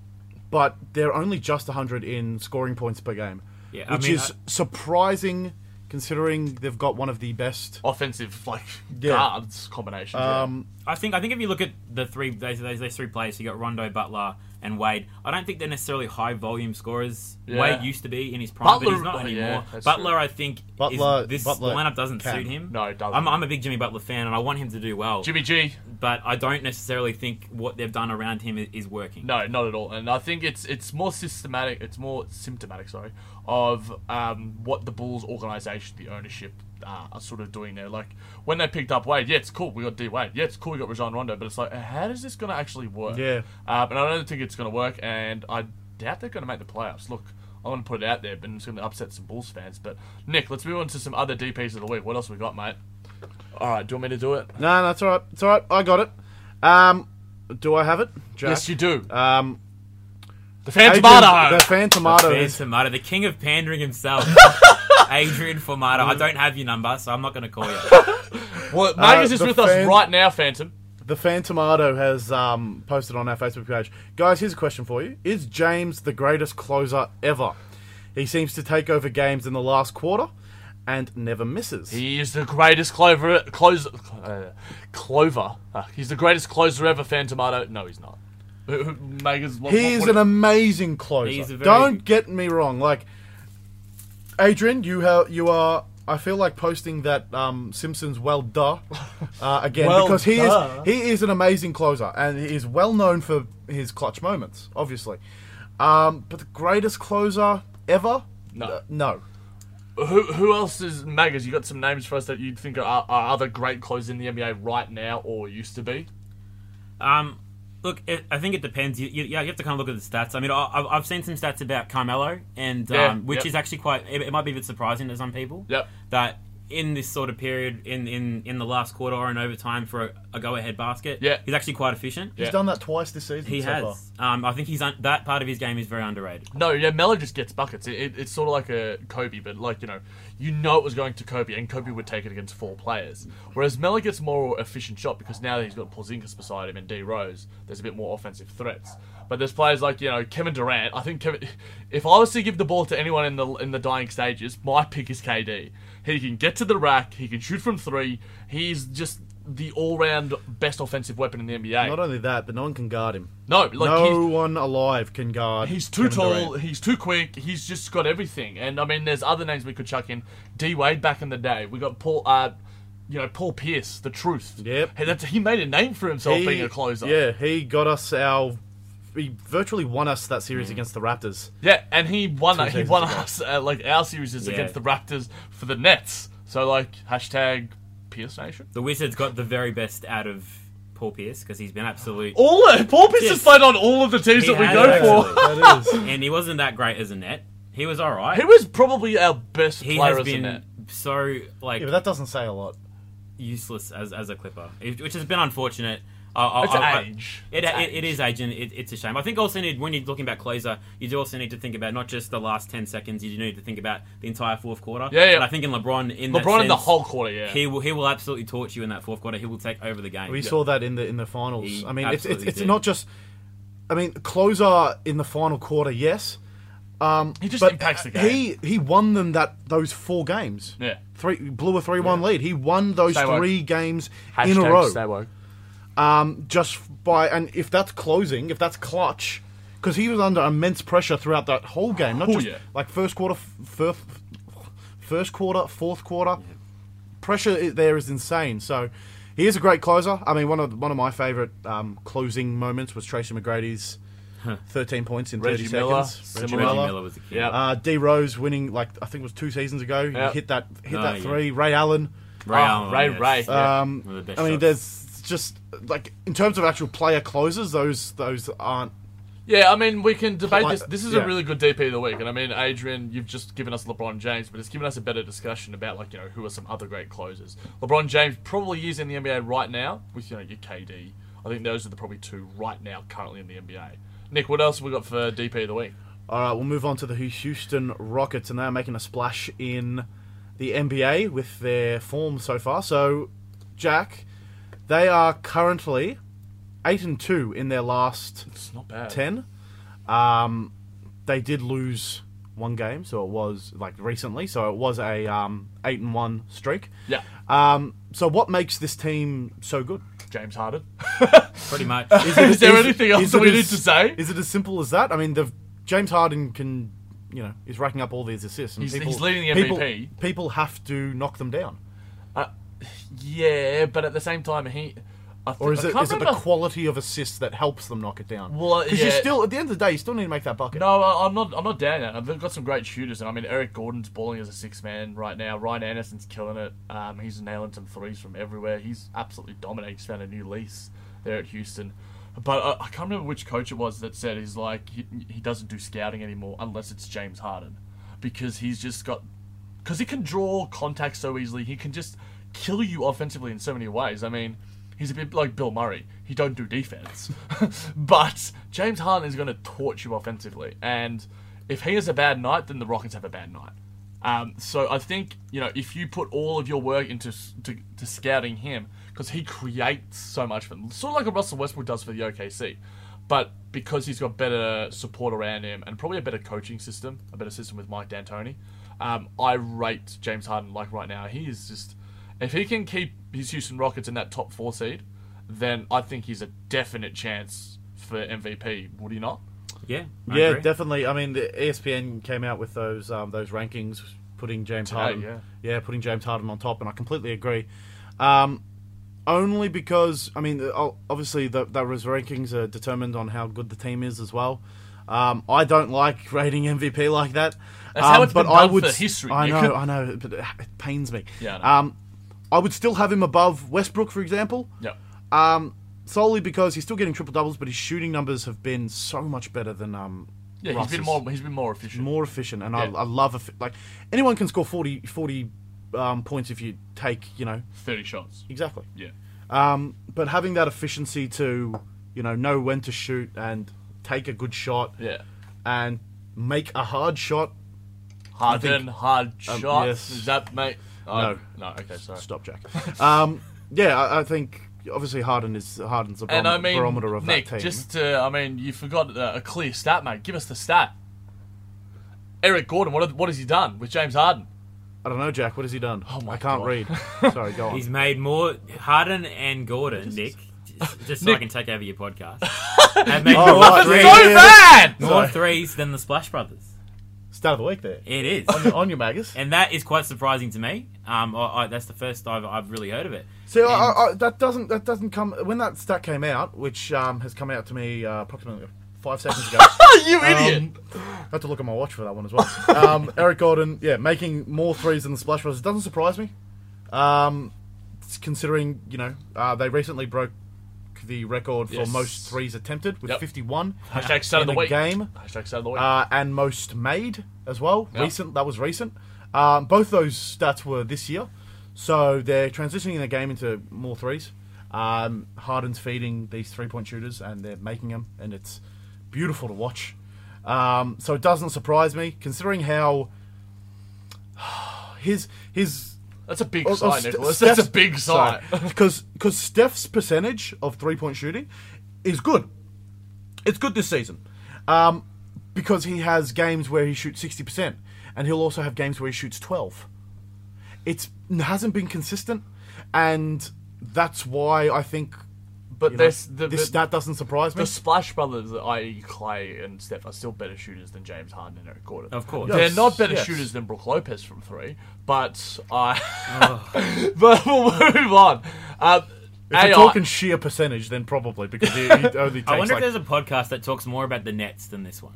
but they're only just hundred in scoring points per game, Yeah, I which mean, is surprising considering they've got one of the best. Oh, Offensive like Yeah. guards combination. Um, I think I think if you look at the three those, those, those three players, you got Rondo, Butler, and Wade. I don't think they're necessarily high volume scorers. Yeah. Wade used to be in his prime, but Butler- he's oh, not yeah, anymore. that's Butler, true. I think, is- Butler- this Butler lineup doesn't can. suit him. No, it doesn't. I'm, I'm a big Jimmy Butler fan, and I want him to do well. Jimmy G. but I don't necessarily think what they've done around him is, is working. No, not at all. And I think it's it's more systematic. It's more symptomatic, sorry, of um, what the Bulls organization, the ownership, uh, are sort of doing there. Like when they picked up Wade, yeah, it's cool. We got D Wade. Yeah, it's cool. We got Rajon Rondo. But it's like, uh, how is this going to actually work? Yeah. Um, and I don't think it's going to work. And I doubt they're going to make the playoffs. Look. I want to put it out there, but it's going to upset some Bulls fans. But Nick, let's move on to some other DPs of the week. What else we got, mate? All right, do you want me to do it? no, no, it's all right. It's all right. I got it. Um, do I have it? Jack? Yes, you do. Um, the fan Adrian- tomato. The fan tomato Ben is Tomato, the king of <laughs> pandering himself, Adrian Formato. I don't have your number, so I'm not going to call you. well, Magus is Uh, the with fan- us right now, Phantom. The Fan Tomato has um, posted on our Facebook page. Guys, here's a question for you: Is James the greatest closer ever? He seems to take over games in the last quarter and never misses. He is the greatest clover, close, uh, clover. Uh, he's the greatest closer ever. Fan tomato. No, he's not. Who- who- Megas, what, He is what- an amazing closer. He's a very- Don't get me wrong. Like Adrian, you have you are. I feel like posting that um, Simpsons "Well Duh" uh, again Well, because he duh. is he is an amazing closer and he is well known for his clutch moments, obviously. Um, but the greatest closer ever? No. Uh, no. who, who else is Magas? You got some names for us that you think are, are other great closers in the NBA right now or used to be? Um, look, it, I think it depends. You, you, yeah, you have to kind of look at the stats. I mean, I, I've, I've seen some stats about Carmelo, and Yeah, um, which yep. is actually quite. It, it might be a bit surprising to some people. Yep. That in this sort of period in in, in the last quarter or in overtime for a, a go ahead basket. Yeah. he's actually quite efficient. Yeah. He's done that twice this season. He so far. has. Um, I think he's un- that part of his game is very underrated. No, yeah, Melo just gets buckets. It, it, it's sort of like a Kobe, but like you know, you know it was going to Kobe, and Kobe would take it against four players. Whereas Melo gets more efficient shot because now that he's got Porzingis beside him and D Rose, there's a bit more offensive threats. But there's players like you know Kevin Durant. I think Kevin, <laughs> if I was to give the ball to anyone in the in the dying stages, my <laughs> pick is KD. He can get to the rack. He can shoot from three. He's just the all-round best offensive weapon in the NBA. Not only that, but no one can guard him. no, like he's, no one alive can guard. He's too Kevin tall. Durant. He's too quick. He's just got everything. And I mean, there's other names we could chuck in. D Wade back in the day. We got Paul. Uh, you know, Paul Pierce, the truth. Yep. Hey, that's, he made a name for himself He- being a closer. Yeah, he got us our. He virtually won us that series Mm. against the Raptors. Yeah, and he won. Two He seasons won ago. us uh, like our series is Yeah. against the Raptors for the Nets. So like hashtag Pierce Nation. The Wizards got the very best out of Paul Pierce because he's been absolute, All of- Paul Pierce has Yes. played on all of the teams He that we has, go for. <laughs> actually. that is. and he wasn't that great as a net. He was all right. He was probably our best He player has as a net. been so like Yeah, but that doesn't say a lot. useless as, as a Clipper, it- which has been unfortunate. I- I- It's I- I- age. It, It's it, it is age, and it, it's a shame. I think also need when you're looking about closer, you do also need to think about not just the last ten seconds. You do need to think about the entire fourth quarter. Yeah, yeah. But I think in LeBron, in that LeBron in the sense, whole quarter. Yeah. he will he will absolutely torch you in that fourth quarter. He will take over the game. We saw that in the in the finals. He I mean, it's it's, absolutely it's did. not just. I mean, closer in the final quarter, yes. Um, He just but impacts the game. He he won them that those four games. Yeah. three blew a three one lead. He won those Stay woke. three games Hashtag in a row. stay woke. um, just by and if that's closing, if that's clutch, because he was under immense pressure throughout that whole game, not Oh, just yeah. like first quarter, f- first, first quarter, fourth quarter. Pressure i- there is insane. So he is a great closer. I mean, one of one of my favorite um, closing moments was Tracy McGrady's thirteen points in Reggie thirty Miller, seconds. similar. Reggie Miller was a kid. Yeah. Uh, D Rose winning like I think it was two seasons ago. Yeah. He hit that hit Oh, that yeah. three. Ray Allen. Ray Ah, Allen, Ray yes. Ray. Yeah. Um, One of the best I mean, shots. there's just like in terms of actual player closers, those those aren't. Yeah, I mean, we can debate Like- this. This is yeah. a really good DP of the week, and I mean, Adrian, you've just given us LeBron James, but it's given us a better discussion about like you know who are some other great closers. LeBron James probably is in the NBA right now with you know your KD. I think those are the probably two right now currently in the NBA. Nick, what else have we got for DP of the week? All right, we'll move on to the Houston Rockets, and they are making a splash in the NBA with their form so far. So, Jack, they are currently eight and two in their last It's not bad. ten. Um, they did lose one game, so it was like recently, so it was a um, eight and one streak. Yeah, Um, so, what makes this team so good? James Harden. <laughs> <laughs> pretty much. Is there anything else that it we as- need to say? Is it as simple as that? I mean, the James Harden can, you know, is racking up all these assists. And He's- people, he's leading the people- MVP. People, have to knock them down, Yeah, but at the same time, he. I thi- or is I it can't is it the remember- quality of assists that helps them knock it down? Well, because yeah. you still at the end of the day, you still need to make that bucket. No, I- I'm not. I'm not down yet. They've got some great shooters, and I mean Eric Gordon's balling as a six man right now. Ryan Anderson's killing it. Um, he's nailing some threes from everywhere. He's absolutely dominating. He's found a new lease there at Houston. But uh, I can't remember which coach it was that said he's like he, he doesn't do scouting anymore unless it's James Harden, because he's just got because he can draw contact so easily. He can just kill you offensively in so many ways. I mean, he's a bit like Bill Murray. He don't do defense, <laughs> but James Harden is going to torch you offensively. And if he has a bad night, then the Rockets have a bad night. Um, so I think you know if you put all of your work into s- to, to scouting him because he creates so much for them, sort of like what Russell Westbrook does for the OKC, but because he's got better support around him and probably a better coaching system, a better system with Mike D'Antoni, um, I rate James Harden like right now. He is just if he can keep his Houston Rockets in that top four seed, then I think he's a definite chance for MVP. Would he not? yeah, I yeah, agree. definitely. I mean, the E ESPN came out with those um, those rankings, putting James Today, Harden, yeah. putting James Harden on top, and I completely agree. Um, only because I mean, the- o- obviously, the, those rankings are determined on how good the team is as well. Um, I don't like rating MVP like that. That's how Um, it's but been done I would, for s- history, I Nick. <laughs> know, I know, but it, it pains me. Yeah, I know. um, I would still have him above Westbrook, for example. Yeah. Um, solely because he's still getting triple doubles, but his shooting numbers have been so much better than um. Yeah, he's Russ's. been more. He's been more efficient. more efficient, and I, Yeah. I love effi- like anyone can score 40, 40 um, points if you take, you know, Thirty shots. exactly. Yeah. Um, but having that efficiency to, you know, know when to shoot and take a good shot Yeah. and make a hard shot. Harden, hard shots. um, yes. Is that mate? Oh, No. No. Okay. Sorry. Stop, Jack. um, yeah, I, I think obviously Harden is Harden's a And I barom- mean, barometer of Nick, that team. just to, I mean, you forgot uh, a clear stat, mate. Give us the stat. Eric Gordon, what, what has he done with James Harden? I don't know, Jack. What has he done? Oh my I can't God. <laughs> read. Sorry, go on. He's made more Harden and Gordon, Nick. Just, just so I Nick. can take over your podcast. Have made more, right, threes, yeah, So yeah. bad! more threes than the Splash Brothers. Start of the week there. It is, on, your, <laughs> on your magus. and that is quite surprising to me. Um, I, I, that's the first I've, I've really heard of it. See, I, I, I, that doesn't that doesn't come when that stat came out, which um, has come out to me uh, approximately five seconds ago. Oh, you <laughs> idiot! Um, I had to look at my watch for that one as well. <laughs> Um, Eric Gordon, yeah, making more threes than the Splash Brothers doesn't surprise me. Um, it's considering you know uh, they recently broke the record for Yes. most threes attempted with Yep. 51 Hashtag start in of the a week. game, Hashtag start of the week. uh, and most made as well. Yep. Recent that was recent. Um, both those stats were this year, so they're transitioning the game into more threes. Um, Harden's feeding these three-point shooters, and they're making them, and it's beautiful to watch. Um, so it doesn't surprise me, considering how <sighs> his his That's a big Oh, oh, sign, Ste- Nicholas. Steph's- That's a big sign. Because because Steph's percentage of three point shooting is good. It's good this season, um, because he has games where he shoots sixty percent, and he'll also have games where he shoots twelve. It's it hasn't been consistent, and that's why I think. But <laughs> you know, this, the, this the, stat doesn't surprise me. the Splash Brothers, i.e., Clay and Steph, are still better shooters than James Harden and Eric Gordon. Of course. They're Yes, not better yes. shooters than Brooke Lopez from three, but I. <laughs> but we'll move on. Um, if we're AI. talking sheer percentage, then probably because he, he only takes <laughs> I wonder like, if there's a podcast that talks more about the Nets than <laughs> this one.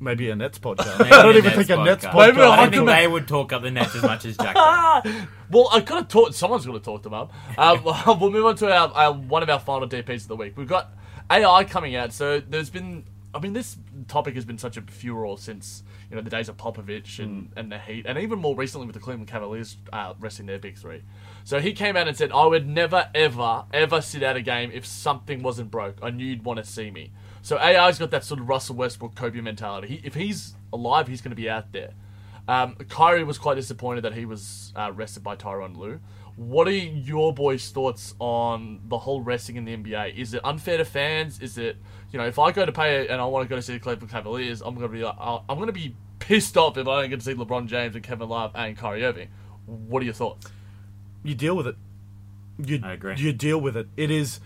maybe a <laughs> Nets podcast. Maybe I don't the even think a Nets podcast. Maybe a I don't hundred think men- they would talk up the Nets as much as Jack. does. <laughs> Well, I could have taught. Someone's going to talk them up. Um, <laughs> we'll move on to our, our one of our final DPs of the week. We've got AI coming out, so there's been. I mean, this topic has been such a furor since you know the days of Popovich and, and the Heat, and even more recently with the Cleveland Cavaliers uh, resting their big three. So he came out and said, "I would never, ever, ever sit out a game if something wasn't broke. I knew you'd want to see me." So AI's got that sort of Russell Westbrook Kobe mentality. He, if he's alive, he's going to be out there. Um, Kyrie was quite disappointed that he was uh, rested by Tyron Lue. What are your boys' thoughts on the whole resting in the NBA? Is it unfair to fans? Is it you know if I go to pay and I want to go to see the Cleveland Cavaliers, I'm gonna be like, I'll- I'm gonna be pissed off if I don't get to see LeBron James and Kevin Love and Kyrie Irving. What are your thoughts? you deal with it. You, I agree. You deal with it. It is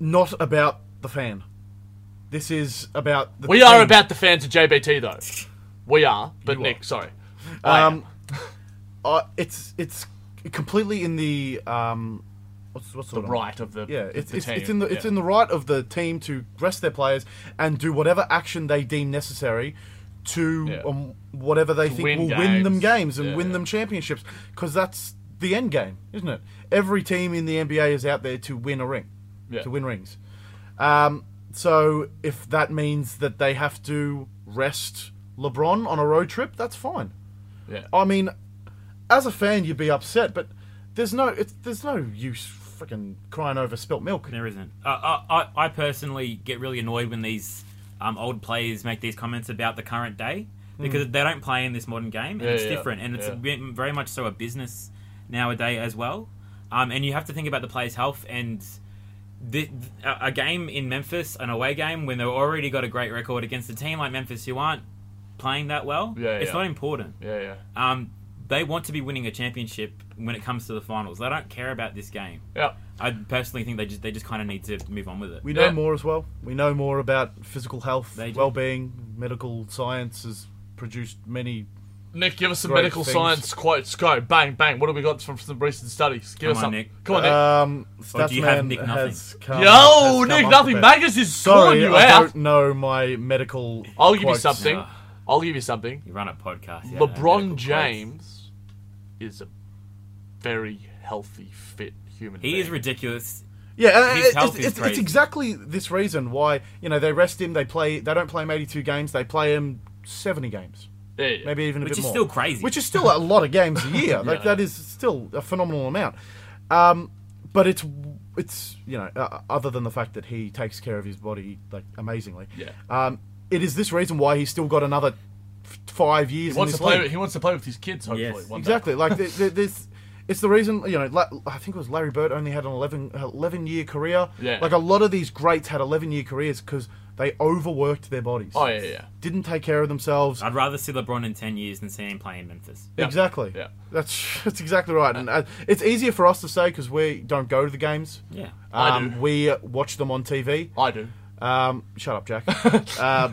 not about the fan. This is about the We are team. about the fans of JBT though. We are, but You Nick, are. sorry. I am. Um, <laughs> uh, it's it's completely in the um, what's what's the, word I'm- right of the Yeah, of it's the it's, team. it's in the it's Yeah. in the right of the team to rest their players and do whatever action they deem necessary to Yeah. um, whatever they think win will win them games. games and Yeah, win yeah. them championships because that's the end game, isn't it? Every team in the NBA is out there to win a ring, Yeah. to win rings. Um, so if that means that they have to rest LeBron on a road trip, that's fine. yeah. I mean, as a fan, you'd be upset, but there's no it's, there's no use freaking crying over spilt milk. There isn't. Uh, I I, I I personally get really annoyed when these um, old players make these comments about the current day because they don't play in this modern game and Hmm. Yeah, it's yeah, different and it's yeah. a bit- very much so a business nowadays as well. Um, and you have to think about the player's health and the, a a game in Memphis, an away game, when they've already got a great record against a team like Memphis who aren't playing that well. Yeah, it's yeah. not important. Yeah, yeah. Um, they want to be winning a championship when it comes to the finals. They don't care about this game. Yeah. I personally think they just they just kind of need to move on with it. We know Yeah. more as well. We know more about physical health, They do. well-being, medical science has produced many. Nick, give us some Great medical things. science quotes. Go, bang, bang. What do we got from some recent studies? Give us Come on, some. Nick. Come on, Nick. Um, Or do you have Statsman Nick Nothing? has come, Yo, has come Nick, off nothing. the bench. Magus is calling Sorry, you I out. don't know my medical. I'll give you quotes. something. Nah. I'll give you something. You run a podcast. yeah, LeBron medical James is a very healthy, fit human quotes. He being. is ridiculous. Yeah, uh, His it's, health it's, is it's, crazy. exactly this reason why you know they rest him. They play. They don't play him eighty-two games. They play him seventy games. Yeah, yeah. maybe even a Which bit is more. still crazy. Which is still a lot of <laughs> games a year. like that is still a phenomenal amount. Um, but it's it's you know uh, other than the fact that he takes care of his body like amazingly. Yeah. Um, it is this reason why he's still got another f- five years. He wants in to this play. league. He wants to play with his kids. Hopefully, Yes. one day. Exactly. <laughs> Like th- th- this, it's the reason you know. Like, I think it was Larry Bird only had an 11, 11 year career. Yeah. Like a lot of these greats had eleven year careers because they overworked their bodies. Oh yeah, yeah, yeah. Didn't take care of themselves. I'd rather see LeBron in ten years than see him play in Memphis. Yeah. Exactly. Yeah. That's <laughs> that's exactly right. And uh, it's easier for us to say because we don't go to the games. Yeah. I Um, do. We uh, watch them on TV. I do. Um, shut <laughs> up, Jack. uh,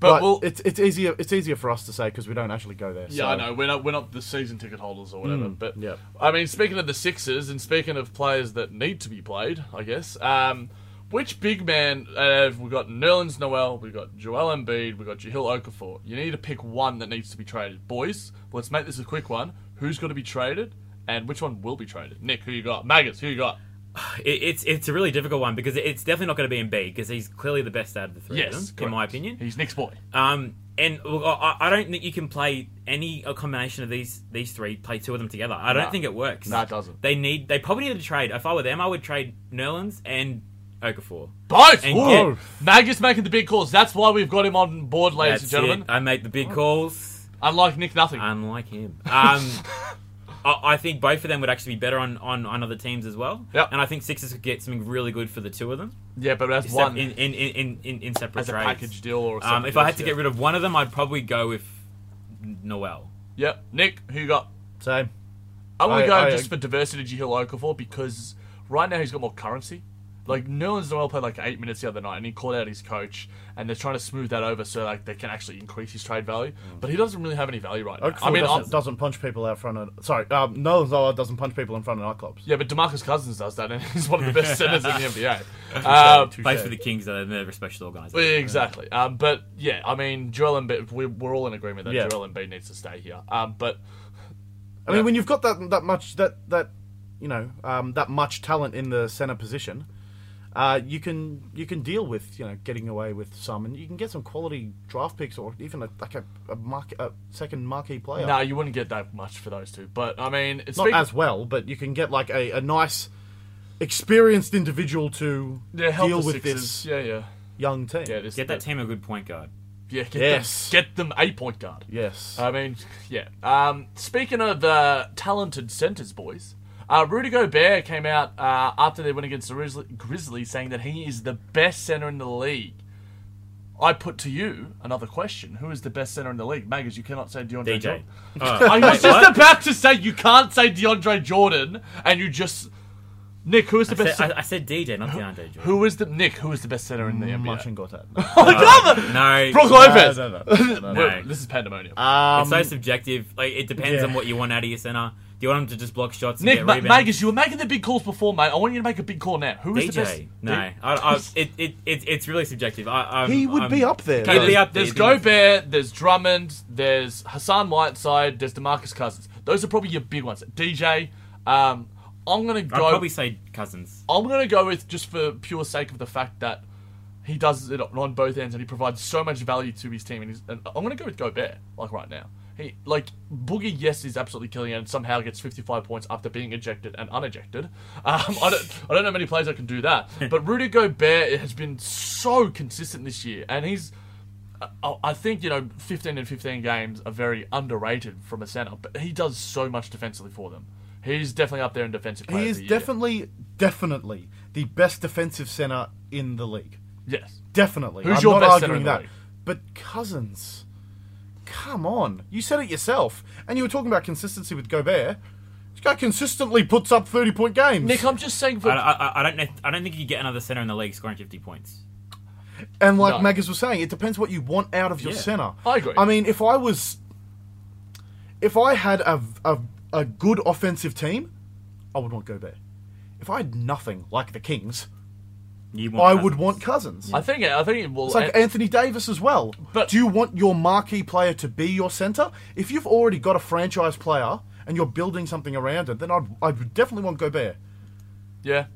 But, but we'll. it's it's easier it's easier for us to say because we don't actually go there. yeah, so- I know. We're not. We're not the season ticket holders or whatever. Mm, but yeah. I mean, speaking of the Sixers and speaking of players that need to be played, I guess. Um, which big man? Uh, we've got Nerlens Noel. We've got Joel Embiid. We've got Jahil Okafor. You need to pick one that needs to be traded, boys. Let's make this a quick one. Who's going to be traded, and which one will be traded? Nick, who you got? Maggots, who you got? It, it's it's a really difficult one because it's definitely not going to be Embiid because he's clearly the best out of the three of them, Yes, in my correct. opinion. He's Nick's boy. Um, and look, I, I don't think you can play any a combination of these these three. Play two of them together. I don't Nah. think it works. Nah, it doesn't. They need. They probably need to trade. If I were them, I would trade Nerlens and Okafor. Both. And Whoa. get- Magus making the big calls. That's why we've got him on board, ladies and That's gentlemen. Oh. it. Uh, I make the big calls. Unlike Nick, nothing. Unlike him. <laughs> Um, I, I think both of them would actually be better on on, on other teams as well. Yep. And I think Sixers could get something really good for the two of them. yeah, but that's One one in in, in, in, in separate as a trades. package deal or something. Um, if I had to get rid of one of them, I'd probably go with Noel. Yep. Nick, who you got? Same. I want I- to go I- just for diversity to Hill Okafor because right now he's got more currency. Like Nerlens Noel played like eight minutes the other night, and he called out his coach, and they're trying to smooth that over so like they can actually increase his trade value. Mm. But he doesn't really have any value right now. Okafor I mean, doesn't, I'm- doesn't punch people out front of. Sorry, um, Nolan Zola doesn't punch people in front of nightclubs. yeah, but Demarcus Cousins does that, and <laughs> he's one of the <laughs> best centers in the NBA. Um, Touche. Plays for the Kings, though they're never special organised. Well, yeah, exactly. Um, but yeah, I mean, Joel Embiid, we, we're all in agreement that Yeah. Joel Embiid needs to stay here. Um, but I mean, when you've got that that much that that you know um, that much talent in the center position, uh, you can you can deal with you know getting away with some, and you can get some quality draft picks or even a, like a a, mark, a second marquee player. no, you wouldn't get that much for those two. But I mean, it's Not as well, but you can get like a, a nice, experienced individual to yeah, help deal the with Sixers. this Yeah, yeah, young team. yeah. This, Get that team a good point guard. Yeah, get Yes. them, get them a point guard. Yes. I mean, yeah. Um, speaking of the talented centers, boys, uh, Rudy Gobert came out uh, after they went against the Grizzly, Grizzlies saying that he is the best center in the league. I put to you another question: Who is the best center in the league? Magus, you cannot say DeAndre. DJ. Jordan. <laughs> Oh, <laughs> I was just what? about to say you can't say DeAndre Jordan, and you just Nick. Who is the I, best? said, I, Mm, I said DJ, not DeAndre Jordan. who is the Nick? Who is the best center in the NBA? Munching got that. <laughs> No. No, Brook Lopez. No, no, no, no, <laughs> no. Well, This is pandemonium. Um, it's so subjective. Like it depends yeah. on what you want out of your center. Do you want him to just block shots? And Nick, get Ma- rebounds? Magus, you were making the big calls before, mate. I want you to make a big call now. Who is the best? DJ. No, I, I, it, it, it, it's really subjective. I, I'm, he would I'm- be up there. He'd be up there. There's He'd be up Gobert, there's Drummond, there's Hassan Whiteside, there's Demarcus Cousins. Those are probably your big ones. DJ, um, I'm gonna I'd go. probably say Cousins. I'm gonna go with just for pure sake of the fact that he does it on both ends and he provides so much value to his team. And, he's, and I'm gonna go with Gobert like right now. He like Boogie, yes, is absolutely killing it and somehow gets 55 points after being ejected and unejected. Um, <laughs> I don't I don't know many players that can do that. But Rudy Gobert has been so consistent this year, and he's uh, I I think you know 15 and 15 games are very underrated from a center, but he does so much defensively for them. He's definitely up there in defensive. player of He is the year. definitely, definitely the best defensive center in the league. yes. Definitely. Who's I'm your not best arguing centre in the that. league? But Cousins, come on. You said it yourself. And you were talking about consistency with Gobert. This guy consistently puts up 30 point games. Nick, I'm just saying for I, I, I don't know. I don't think you could get another center in the league scoring 50 points. and like No. Maggers was saying, it depends what you want out of your Yeah. center. I agree. I mean, if I was. If I had a, a, a good offensive team, I would want Gobert. If I had nothing like the Kings, You I want would Cousins. want Cousins. I think I think it will. It's like and- Anthony Davis as well. But- do you want your marquee player to be your center? If you've already got a franchise player and you're building something around it, then I'd, I would definitely want Gobert. yeah,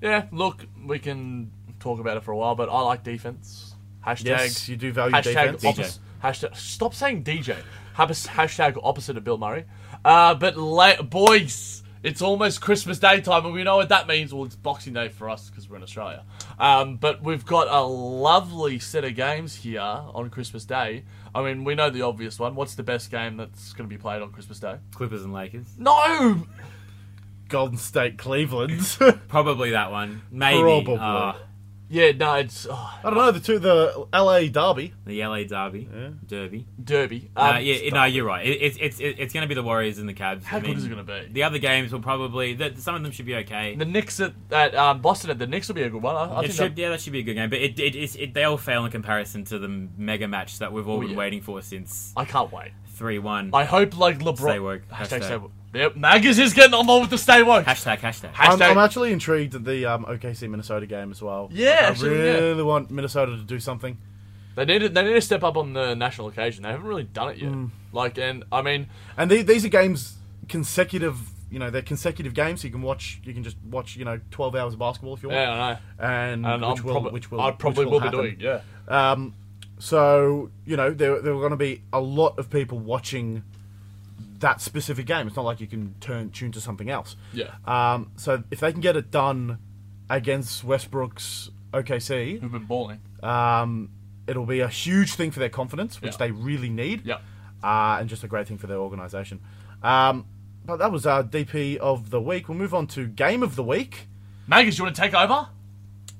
yeah. Look, we can talk about it for a while, but I like defense. Hashtag Yes, you do value hashtag Oppos- defense. Hashtag. Stop saying DJ. Hab- Hashtag opposite of Bill Murray. Uh, but la- boys, it's almost Christmas Day time, and we know what that means. Well, it's Boxing Day for us because we're in Australia. Um, but we've got a lovely set of games here on Christmas Day. I mean, we know the obvious one. What's the best game that's going to be played on Christmas Day? Clippers and Lakers. No, Golden State <laughs> Cleveland. Probably that one. Maybe. Probably. uh, Yeah, no, it's oh, I don't know the two the LA Derby. the LA Derby. Derby. Derby. Uh, Um, yeah, no, you're right. It, it's it's it- it's going to be the Warriors and the Cavs. How I good mean, is it going to be? The other games will probably. The, some of them should be okay. The Knicks at, at um, Boston at the Knicks will be a good one. I, I It think should, that- yeah, that should be a good game, but it, it, it's- it, they all fail in comparison to the mega match that we've all Oh, been yeah. waiting for since I can't wait. three one. I hope like LeBron. Stay woke. Hashtag. stay woke. Yep, Maggers is getting on board with the stay woke. Hashtag hashtag. I'm, Hashtag- I'm actually intrigued at the um, OKC Minnesota game as well. Yeah, Like, I actually, yeah. really want Minnesota to do something. they need to, they need to step up on the national occasion. They haven't really done it yet. Like, and I mean, And the, these are games consecutive. You know, they're consecutive games. So you can watch. You can just watch. You know, twelve hours of basketball if you want. yeah, I know. And, And which, I'm will, probably, which will, I which probably will will, be happen. doing. Yeah, Um, so you know there there were going to be a lot of people watching that specific game. It's not like you can turn tune to something else. yeah. Um, so if they can get it done against Westbrook's OKC, We've been balling. um, it'll be a huge thing for their confidence, which Yeah. they really need. Yeah. Uh, and just a great thing for their organisation. Um, but that was our DP of the week. We'll move on to game of the week. Maggers, you want to take over?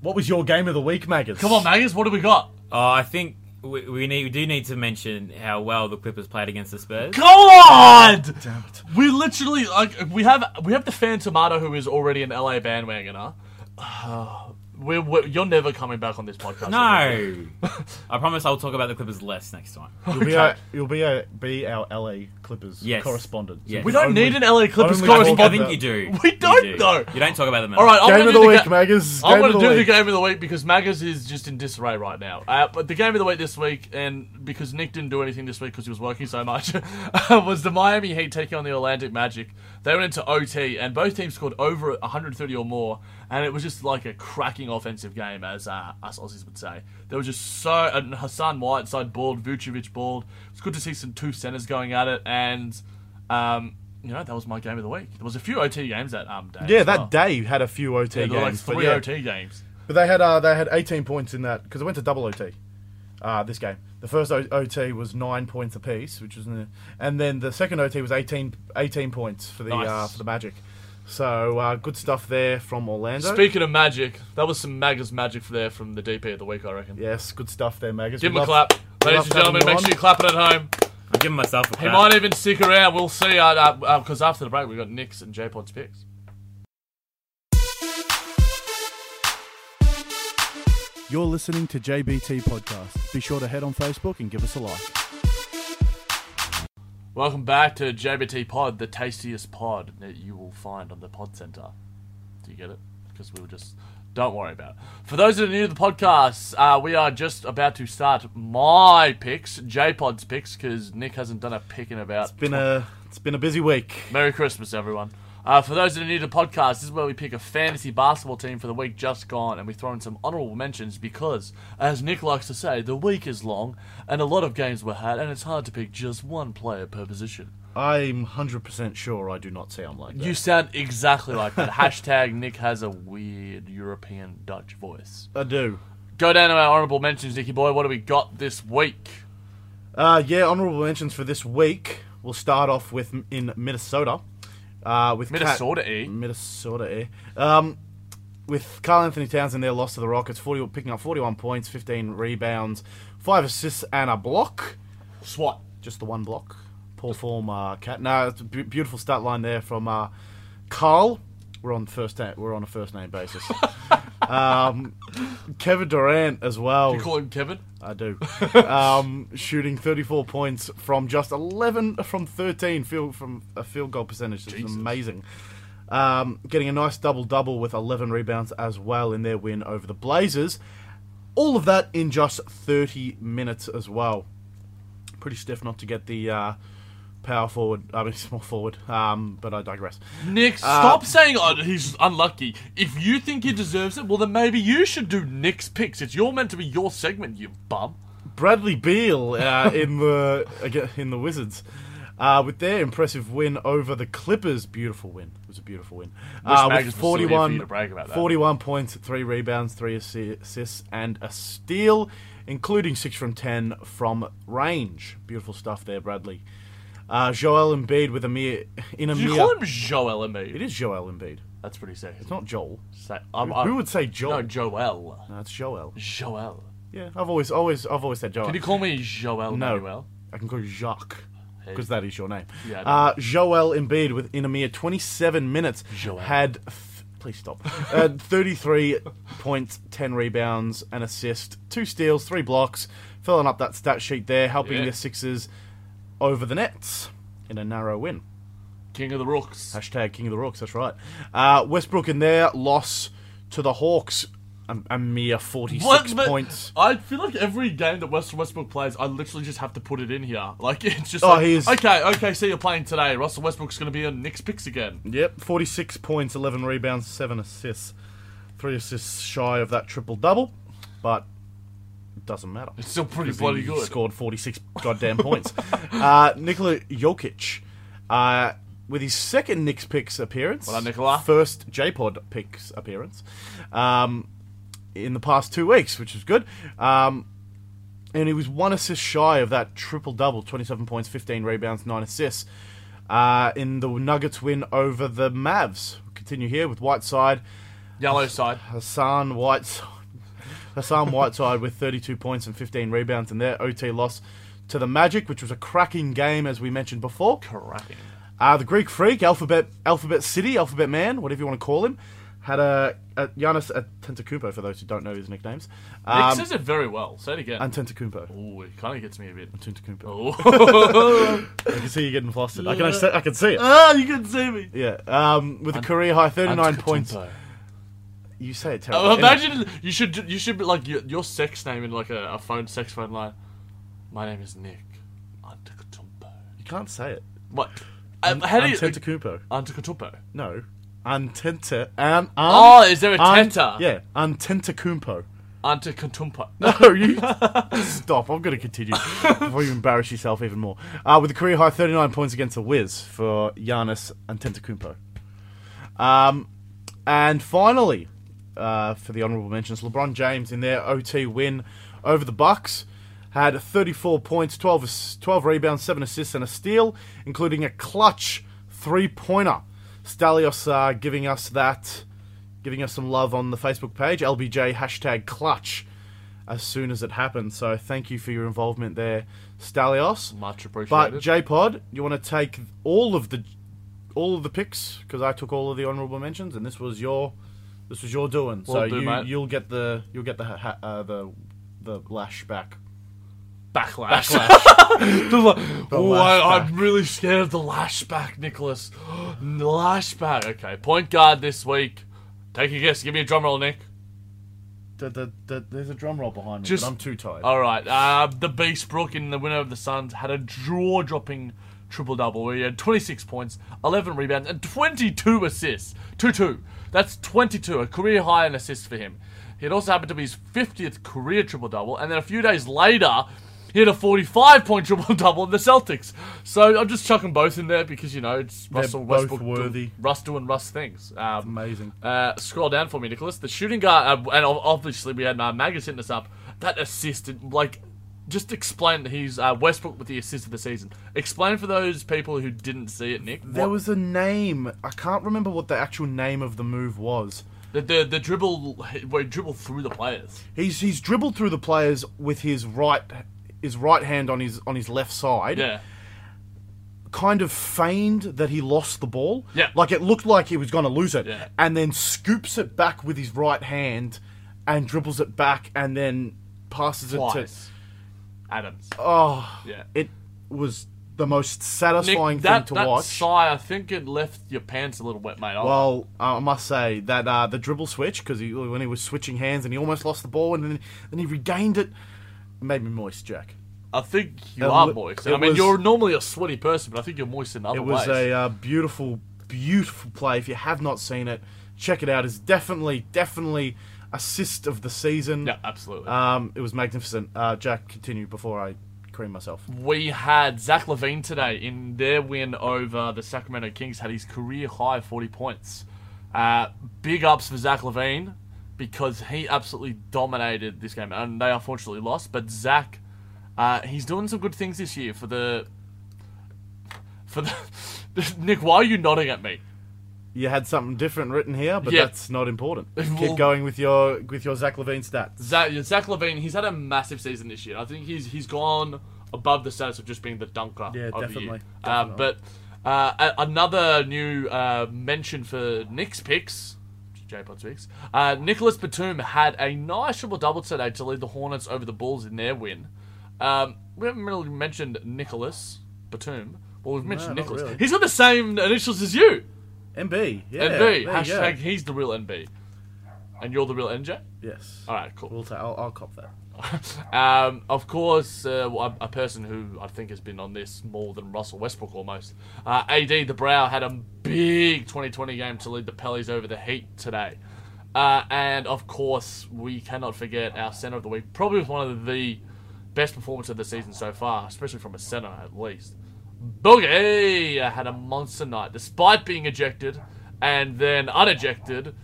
What was your game of the week, Magus? Come on, Maggers. What do we got? Oh, I think we, we need we do need to mention how well the Clippers played against the Spurs. God! Damn it. We literally like we have we have the fan tomato who is already an LA bandwagoner. <sighs> We're, we're, you're never coming back on this podcast. No, <laughs> I promise I'll talk about the Clippers less next time. You'll be our, you'll be, our, be our LA Clippers Yes. correspondent. Yes. we don't Only- need an LA Clippers only talk I correspondent. think you do. We You don't, do. though. You don't talk about them. All right, I'm Game gonna of the do week, ga- Magus. I'm Game going of to the do the week. game of the week because Magus is just in disarray right now. Uh, but the game of the week this week, and because Nick didn't do anything this week because he was working so much, <laughs> uh, was the Miami Heat taking on the Atlantic Magic. They went into OT, and both teams scored over 130 or more, and it was just like a cracking offensive game, as uh, us Aussies would say. There was just so and Hassan Whiteside balled, Vucevic balled. It's good to see some two centers going at it, and um, you know that was my game of the week. There was a few OT games that um day. Yeah, as that well. day you had a few OT Yeah, there were like games. but three yeah. OT games. But they had uh, they had 18 points in that because it went to double OT. Uh, this game, the first o- OT was nine points apiece, which was, n- and then the second OT was 18, 18 points for the uh, Nice. for the Magic. So uh, good stuff there from Orlando. Speaking of magic, that was some Magus magic for there from the DP of the week, I reckon. yes, good stuff there, Magus. Give him We a love- clap. we Ladies love and gentlemen, having you make on. sure you clap it at home. I'm giving myself a He clap. might even stick around. We'll see. Because uh, uh 'cause after the break, we've got Nick's and J Pod's picks. You're listening to JBT Podcast. Be sure to head on Facebook and give us a like. Welcome back to JBT Pod, the tastiest pod that you will find on the Pod Center. Do you get it? Because we were just. Don't worry about it. For those that are new to the podcast, uh, we are just about to start my picks, J Pod's picks, because Nick hasn't done a pick in about Been a it's been a busy week. Merry Christmas, everyone. Uh, for those that are new to the podcast, this is where we pick a fantasy basketball team for the week just gone, and we throw in some honourable mentions because, as Nick likes to say, the week is long, and a lot of games were had, and it's hard to pick just one player per position. I'm hundred percent sure I do not sound like that. You sound exactly like that. Hashtag Nick has a weird European Dutch voice. I do. Go down to our honourable mentions, Nicky boy. What do we got this week? Uh, yeah, honorable mentions for this week. We'll start off with m- in Minnesota. Uh, with Cat- Minnesota, eh? Minnesota, eh? Um, with Carl Anthony Towns in their loss to the Rockets, 40, picking up 41 points, 15 rebounds, 5 assists, and a block. SWAT. Just the one block. Poor form, uh, Cat. No, it's a bu- beautiful stat line there from uh, Carl. We're on first. Na- we're on a first <laughs> name basis. um, Kevin Durant as well. You call him Kevin? I do. um, shooting 34 points from just 11 from 13 field from a field goal percentage is Jesus. amazing. Um, getting a nice double double with 11 rebounds as well in their win over the Blazers. All of that in just 30 minutes as well. Pretty stiff not to get the uh, power forward. I mean, <laughs> small forward. Um, but I digress. Uh, Nick, stop saying oh, he's unlucky. If you think he deserves it, well, then maybe you should do Nick's picks. It's your meant to be your segment, you bum. Bradley <laughs> Beal uh, in the again, in the Wizards. Uh, with their impressive win over the Clippers, beautiful win. It was a beautiful win. Uh, Magnus with was still here for 41, you to brag about that. 41 points, three rebounds, three assi- assists, and a steal, including six from ten from range. Beautiful stuff there, Bradley. Uh, Joel Embiid with a mere in a Did you mere. call him Joel Embiid? It is Joel Embiid. That's pretty sick. It's not Joel. Sa- I'm- Who- I'm- who would say Joel? No, Joel. No, it's Joel. Joel. Yeah, I've always, always, I've always said Joel. Can you call me Joel No. Manuel? I can call you Jacques because that is your name. Yeah, I know. uh, Joel Embiid within a mere 27 minutes Joel. had. Th- please stop. <laughs> Uh, 33 points, 10 rebounds, an assist, two steals, three blocks, filling up that stat sheet there, helping Yeah. the Sixers over the Nets in a narrow win. King of the Rooks. Hashtag King of the Rooks. That's right. Uh, Westbrook in there loss to the Hawks. A, a mere 46 but points. I feel like every game that Western Westbrook plays, I literally just have to put it in here. Like <laughs> it's just Oh, like, he is- okay, okay. So you're playing today. Russell Westbrook's going to be on Knicks picks again. Yep, 46 points, 11 rebounds, 7 assists. 3 assists shy of that triple double, but it doesn't matter. It's still pretty 'Cause bloody he good. scored 46 goddamn points. <laughs> uh, Nikola Jokic, uh, with his second Knicks picks appearance, Well done, Nikola. first J Pod picks appearance, um, in the past two weeks, which is good. Um, and he was one assist shy of that triple double 27 points, 15 rebounds, 9 assists uh, in the Nuggets win over the Mavs. Continue here with Whiteside. Yellow side. Hassan Whiteside. Hassan Whiteside with 32 points and 15 rebounds in their OT loss to the Magic, which was a cracking game, as we mentioned before. Cracking. Uh, the Greek Freak, Alphabet Alphabet City, Alphabet Man, whatever you want to call him, had a, a Giannis Antetokounmpo, for those who don't know his nicknames. Nick Um, says it very well. Say it again. Antetokounmpo. Ooh, it kind of gets <laughs> me a bit. Antetokounmpo. Oh, I can see you getting flustered. I can, I, I can Ah, see it. you can see me. Yeah, um, with a career high 39 points. You say it terribly. Uh, imagine you should you should be like your, your sex name in like a, a phone sex phone line. My name is Nick Antetokounmpo. you can't say it. What? Um, how do you Antetokounmpo. Antetokounmpo? No. Antente. An, an, Oh, is there a an- tenta? Yeah. Antetokounmpo. Antetokounmpo. No, you <laughs> stop. I'm going to continue before you embarrass yourself even more. Uh, with a career high 39 points against the Wiz for Giannis Antetokounmpo. Um, and finally, uh, for the honourable mentions, LeBron James in their OT win over the Bucks had 34 points, 12, ass- 12 rebounds, 7 assists, and a steal, including a clutch three-pointer. Stalios uh, giving us that, giving us some love on the Facebook page, LBJ hashtag clutch, as soon as it happened. So thank you for your involvement there, Stalios. Much appreciated. But J Pod, you want to take all of the all of the picks because I took all of the honourable mentions, and this was your this was your doing. so Will do, you, mate. you'll get the you'll get the ha- ha- uh, the the lash back. backlash. <laughs> The oh, lash I, back. I'm really scared of the lashback, Nicholas. <gasps> the lashback. Okay, point guard this week. Take a guess. Give me a drum roll, Nick. The- the- the- there's a drum roll behind me, Just- but I'm too tired. All right. Uh, the Beast Brook in the winner of the Suns had a jaw-dropping triple-double where he had 26 points, 11 rebounds, and 22 assists. 2-2. That's 22, a career high in assists for him. It also happened to be his 50th career triple-double, and then a few days later, he had a 45-point <laughs> triple-double in the Celtics. So I'm just chucking both in there because, you know, it's Russell both Westbrook worthy. doing Russ doing Russ things. Um, Amazing. uh, scroll down for me, Nicholas. The shooting guard, uh, and ob- obviously we had uh, Magus hitting us up. That assisted, like, just explain that he's uh, Westbrook with the assist of the season. Explain for those people who didn't see it, Nick. There what- was a name. I can't remember what the actual name of the move was. the, the the dribble where he dribbled through the players. He's he's dribbled through the players with his right his right hand on his on his left side. Yeah, kind of feigned that he lost the ball. Yeah. Like it looked like he was going to lose it. Yeah. And then scoops it back with his right hand and dribbles it back and then passes it to. twice. Adams. Oh, yeah. it was the most satisfying Nick, that, thing to that watch. sigh, I think it left your pants a little wet, mate. I- well, I must say that uh, the dribble switch, because he, when he was switching hands and he almost lost the ball and then, then he regained it, it made me moist, Jack. I think you it are wa- moist. it I mean, was- you're normally a sweaty person, but I think you're moist in other It ways. was a uh, beautiful, beautiful play. If you have not seen it, check it out. It's definitely, definitely assist of the season. Yeah, uh, absolutely. Um, it was magnificent. Uh, Jack, continue before I cream myself. we had Zach Levine today in their win over the Sacramento Kings had his career high 40 points. Uh, big ups for Zach Levine because he absolutely dominated this game, and they unfortunately lost. But Zach, uh, he's doing some good things this year for the for the <laughs> Nick. Why are you nodding at me? You had something different written here, but Yeah. that's not <laughs> important. Well- Keep going with your with your Zach Levine stats. Zach, Zach Levine, he's had a massive season this year. I think he's he's gone above the status of just being the dunker. Yeah, of The year. definitely, Uh, definitely. but uh, a- another new uh, mention for Nick's picks, J Pod's picks. Uh, Nicholas Batum had a nice triple double today to lead the Hornets over the Bulls in their win. Um, we haven't really mentioned Nicholas Batum. Well, we've mentioned not Nicholas. really. He's got the same initials as you. MB, yeah, there NB. you go. Hashtag he's the real NB. And you're the real NJ? Yes, All right, cool. we'll ta- I'll, I'll cop that. Um, of course, uh, a, a person who I think has been on this more than Russell Westbrook almost. Uh, AD the Brow had a big 2020 game to lead the Pellies over the Heat today. Uh, and of course, we cannot forget our center of the week. Probably was one of the best performances of the season so far, especially from a center at least. Boogie had a monster night, despite being ejected and then unejected.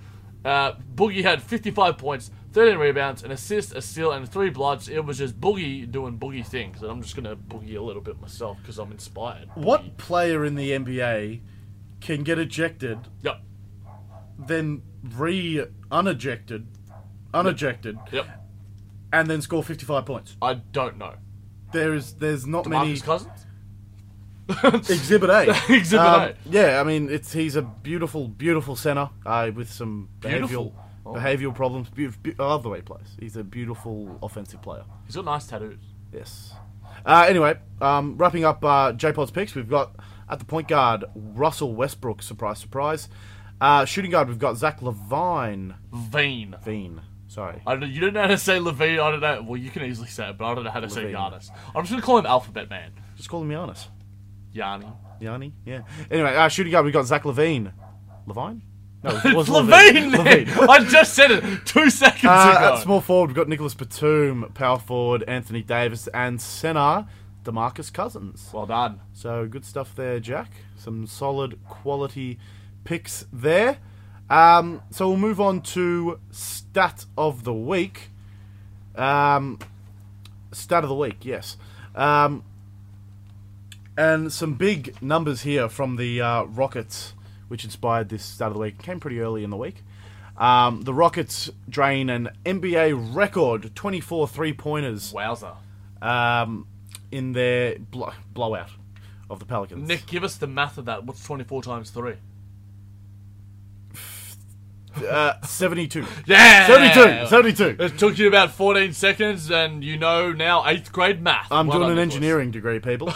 Uh, Boogie had 55 points, 13 rebounds, an assist, a steal, and three blocks. It was just Boogie doing Boogie things, and I'm just gonna Boogie a little bit myself because I'm inspired. What player in the NBA can get ejected, Yep. then re unejected, unejected, Yep. and then score fifty five points? I don't know. There is there's not many Marcus Cousins. Exhibit A. <laughs> Um, Exhibit A. Yeah, I mean, it's he's a beautiful, beautiful center uh, with some behavioral Beautiful. Oh. behavioral problems. Be- be- I love the way he plays. He's a beautiful offensive player. He's got nice tattoos. Yes. Uh, anyway, um, wrapping up uh, J Pod's picks, we've got at the point guard Russell Westbrook. Surprise, surprise. Uh, shooting guard, we've got Zach Levine. Veen. Veen. Sorry. I don't, you don't know how to say Levine. I don't know. Well, you can easily say it, but I don't know how to say Levine. Giannis. I'm just gonna call him Alphabet Man. Just call him Giannis. Yanni. Yanni? Yeah. Anyway, uh, shooting guard, we've got Zach Levine. Levine? No, it <laughs> It's was Levine. Levine. I just said it two seconds Uh, ago. at small forward, we've got Nicholas Batum, power forward, Anthony Davis, and center, Demarcus Cousins. well done. So good stuff there, Jack. Some solid quality picks there. Um, so we'll move on to stat of the week. Um, stat of the week, yes. Um, and some big numbers here from the uh, Rockets, which inspired this stat of the week. Came pretty early in the week. Um, the Rockets drain an NBA record 24 three pointers Wowzer. um, in their bl- blowout of the Pelicans. Nick, give us the math of that. What's 24 times 3? Uh, 72. <laughs> Yeah! 72. 72. It took you about 14 seconds, and you know now 8th grade math. I'm Well done, doing an Nicholas. engineering degree, <laughs> people.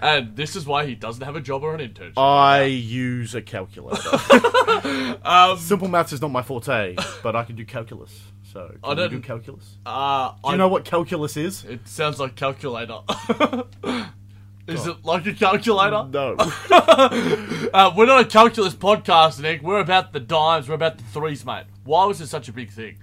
And this is why he doesn't have a job or an internship. I use a calculator. <laughs> Um, Simple maths is not my forte, but I can do calculus. So, can I you don't- do calculus? Do uh, I, you know what calculus is? It sounds like calculator. <laughs> is it like a calculator? No. <laughs> Uh, we're not a calculus podcast, Nick. We're about the dimes. We're about the threes, mate. Why was it such a big thing?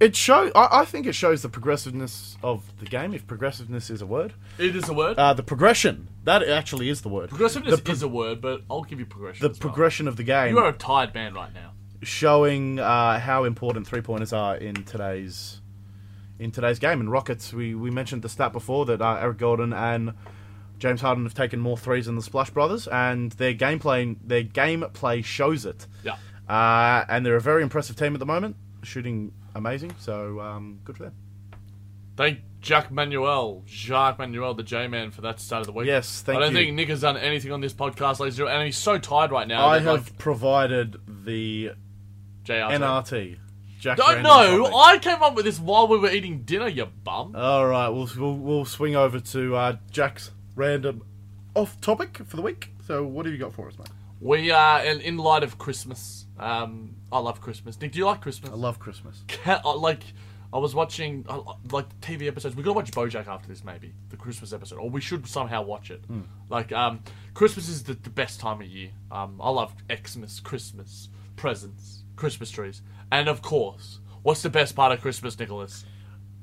it shows. I, I think it shows the progressiveness of the game, if progressiveness is a word. It is a word. Uh, the progression. That actually is the word. Progressiveness The, pro- is a word, but I'll give you progression. the as well. progression of the game. You are a tired man right now. showing uh, how important three pointers are in today's in today's game. And Rockets, we, we mentioned the stat before that uh, Eric Gordon and James Harden have taken more threes than the Splash Brothers, and their gameplay their gameplay shows it. Yeah. Uh, and they're a very impressive team at the moment, shooting amazing. So um, good for them. Thank Jack Manuel, Jacques Manuel, the J Man, for that start of the week. Yes, thank I don't you. think Nick has done anything on this podcast, ladies and gentlemen, and he's so tired right now. I that, have provided the like, JR. NRT. Jack Don't Randall know. topic. I came up with this while we were eating dinner. You bum. All right, we'll we'll, we'll swing over to uh, Jack's random off topic for the week. So, what have you got for us, mate? We are in, in light of Christmas. Um, I love Christmas. Nick, do you like Christmas? I love Christmas. Ca- uh, like I was watching uh, like TV episodes. We gotta watch BoJack after this, maybe the Christmas episode, or we should somehow watch it. Like um, Christmas is the, the best time of year. Um, I love Xmas, Christmas presents. Christmas trees. And of course, what's the best part of Christmas, Nicholas?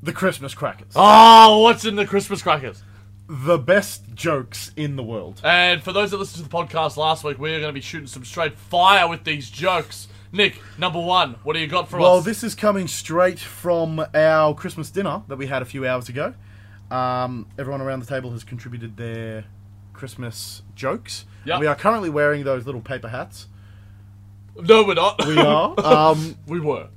The Christmas crackers. Oh, what's in the Christmas crackers? The best jokes in the world. And for those that listened to the podcast last week, we're going to be shooting some straight fire with these jokes. Nick, number one, what do you got for Well, us? this is coming straight from our Christmas dinner that we had a few hours ago. Um, everyone around the table has contributed their Christmas jokes. Yep. We are currently wearing those little paper <laughs> hats. no, we're not. We are. um, <laughs> we were.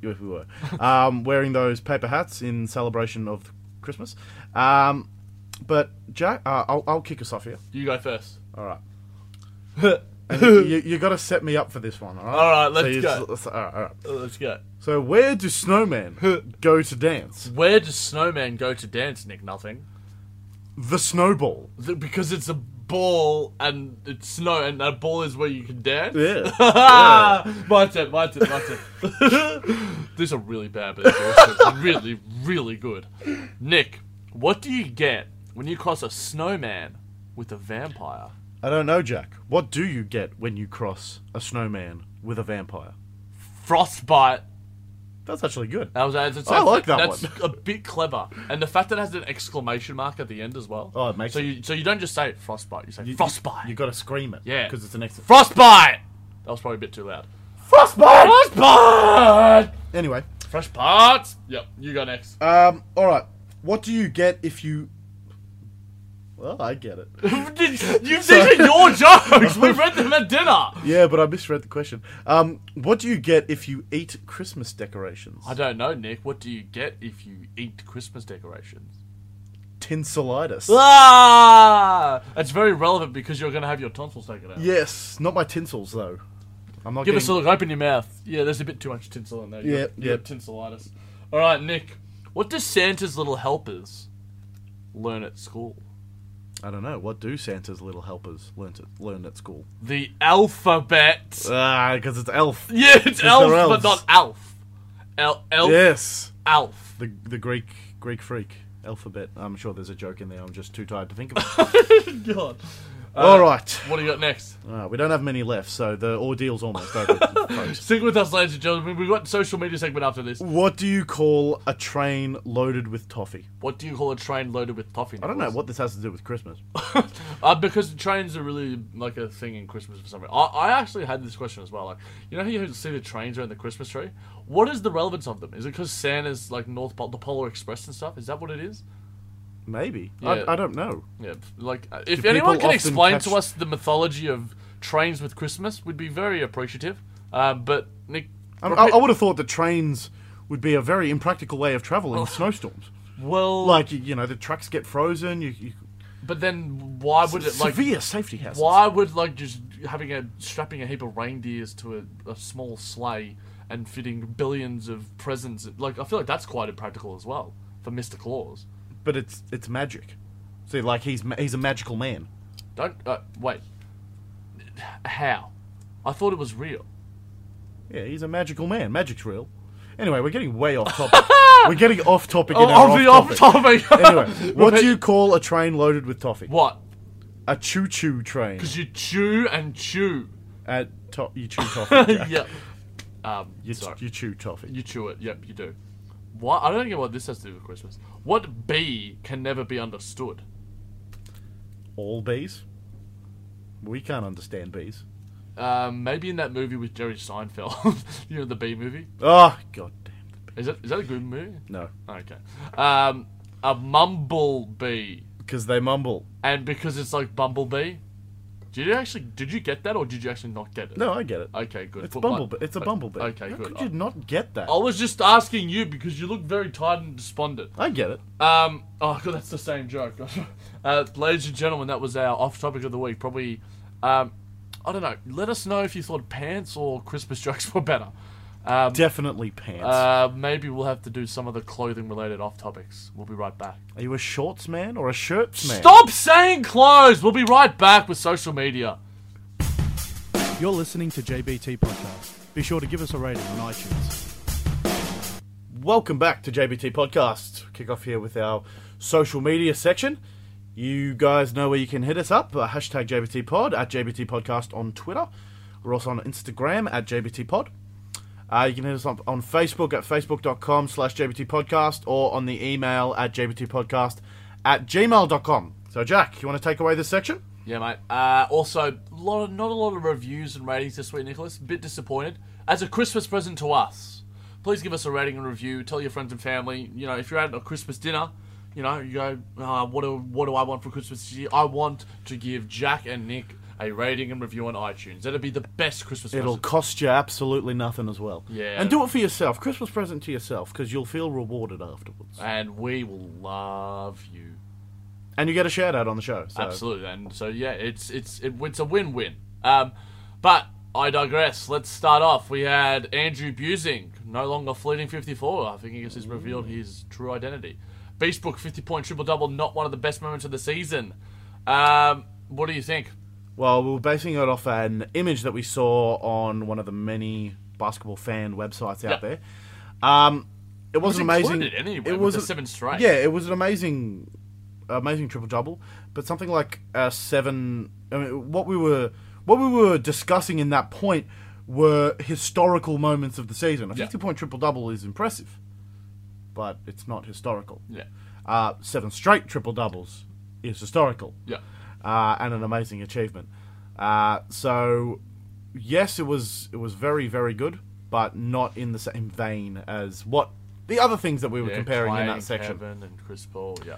if we were <laughs> um, wearing those paper hats in celebration of Christmas. Um, but Jack, uh, I'll, I'll kick us off here. You go first. All right. <laughs> And you, you, got to set me up for this one. All right. All right, let's you- go. s- all right, all right. Uh, Let's go. So where do <laughs> snowmen go to dance? Where does snowman go to dance, Nick? Nothing. The snowball. Th- Because it's a ball and it's snow, and that ball is where you can dance. <laughs> Yeah. <laughs> Ah, my turn, my turn, my turn. <laughs> These are really bad, but they're also really, really good. Nick, what do you get when you cross a snowman with a vampire? I don't know, Jack. What do you get when you cross a snowman with a vampire? Frostbite. That's actually good. That was, that's, I like that that's one. a bit clever, and the fact that it has an exclamation mark at the end as well. Oh, it makes so it- you so you don't just say frostbite. You say You- frostbite. You, got to scream it. Yeah. Because it's an exit. frostbite. That was probably a bit too loud. Frostbite. Frostbite. Anyway, Fresh parts. Yep, you go <laughs> next. um, all right. What do you get if you? Well, I get it. you, these are your jokes. We read them at dinner. yeah, but I misread the question. Um, what do you get if you eat Christmas decorations? I don't know, Nick. What do you get if you eat Christmas decorations? Tinselitis. Ah, it's very relevant because you're going to have your tonsils taken out. Yes, not my tinsels though. I'm not Give getting... us a look. Open your mouth. Yeah, there's a bit too much tinsel in there. You Yep, got- you got Tinselitis. All right, Nick. What do Santa's little helpers learn at school? I don't know. What do Santa's little helpers learn to learn at school? The alphabet. Ah, because it's elf. yeah, it's they're elf, but elves. not alf. El, elf, Yes. alf. The the Greek Greek freak alphabet. I'm sure there's a joke in there. I'm just too tired to think <laughs> of it. God. All right. What do you got next? Uh, we don't have many left, so the ordeal's <laughs> almost over. folks. Stick with us, ladies and gentlemen. We've got social media segment after this. What do you call a train loaded with toffee? What do you call a train loaded with toffee? I don't know what this has to do with Christmas. Uh, because trains are really like a thing in Christmas for some reason. I, I actually had this question as well. Like, you know how you see the trains around the Christmas tree? What is the relevance of them? Is it because Santa's like North Pole, the Polar Express and stuff? Is that what it is? Maybe. Yeah. I, I don't know. Yeah. Like, uh, if people anyone can often explain catch- to us the mythology of trains with Christmas, we'd be very appreciative. Uh, but Nick, I, I, repeat- I would have thought that trains would be a very impractical way of Oh. travel in snowstorms. well, Like you, you know, the trucks get frozen. You, you but then why would it like severe safety hazards. Why would like just having a strapping a heap of reindeers to a, a small sleigh and fitting billions of presents? Like I feel like that's quite impractical as well for Mister Claus. But it's it's magic. See, like he's ma- he's a magical man. Don't uh, wait. How? I thought it was real. Yeah, he's a magical man. Magic's real. Anyway, we're getting way off <laughs> topic. we're getting off topic. in Oh, our the off topic. <laughs> <laughs> anyway, what Repeat. do you call a train loaded with toffee? What? A choo-choo train. Because you chew and chew. At to- you <laughs> chew toffee. Jack. yep. Um, You, sorry. you chew toffee. You chew it. Yep, you do. What? I don't get what this has to do with Christmas. What bee can never be understood? All bees. We can't understand bees. Um, maybe in that movie with Jerry Seinfeld, <laughs> you know the B movie. Oh god damn the bees. Is that is that a good movie? No, Okay. Um, a mumblebee, because they mumble. and because it's like bumblebee. Did you actually did you get that or did you actually not get it? No, I get it. Okay, good. It's Put my- bumblebee. It's a bumblebee. Okay, How good. Could you not get that? I was just asking you because you look very tired and despondent. I get it. Um, oh <laughs> god, that's the same joke. uh, ladies and gentlemen, that was our off topic of the week. Probably, um, I don't know. Let us know if you thought pants or Christmas <laughs> jokes were better. Um, Definitely pants. Uh, maybe we'll have to do some of the clothing related off topics. We'll be right back. Are you a shorts man or a shirts man? Stop saying clothes! We'll be right back with social media. You're listening to JBT Podcast. Be sure to give us a rating on iTunes. Welcome back to JBT Podcast. Kick off here with our social media section. You guys know where you can hit us up. Uh, hashtag JBT Pod at JBT Podcast on Twitter. We're also on Instagram at JBT Pod. Uh, you can hit us up on Facebook at facebook.com slash JBT podcast or on the email at JBT podcast at gmail.com. So, Jack, you want to take away this section? Yeah, mate. Uh, also, lot of, not a lot of reviews and ratings this week, Nicholas. Bit disappointed. As a Christmas present to us, please give us a rating and review. Tell your friends and family. You know, if you're at a Christmas dinner, you know, you go, uh, what do what do I want for Christmas this year? I want to give Jack and Nick a rating and review on iTunes. That'd be the best Christmas. It'll present. cost you absolutely nothing as well. Yeah. And do it for yourself. Christmas present to yourself because you'll feel rewarded afterwards. and we will love you. And you get a shout out on the show. So. Absolutely, and so yeah, it's it's it, it's a win-win. Um, but I digress. Let's start off. We had Andrew Busing, no longer fleeting 54. I think he has revealed Mm. his true identity. Beastbrook 50 point triple double, not one of the best moments of the season. Um, what do you think? Well, we were basing it off an image that we saw on one of the many basketball fan websites out Yep. there. Um, it was, was an amazing. included anyway with the seven straight. Yeah, it was an amazing, amazing triple double. But something like uh, seven. I mean, what we were what we were discussing in that point were historical moments of the season. A Yeah. fifty point triple double is impressive, but it's not historical. Yeah, Uh, seven straight triple doubles is historical yeah, uh, and an amazing achievement. Uh, so, yes, it was it was very very good, but not in the same vein as what the other things that we were yeah. comparing in Clay, that section. Kevin and Chris Paul. Yeah,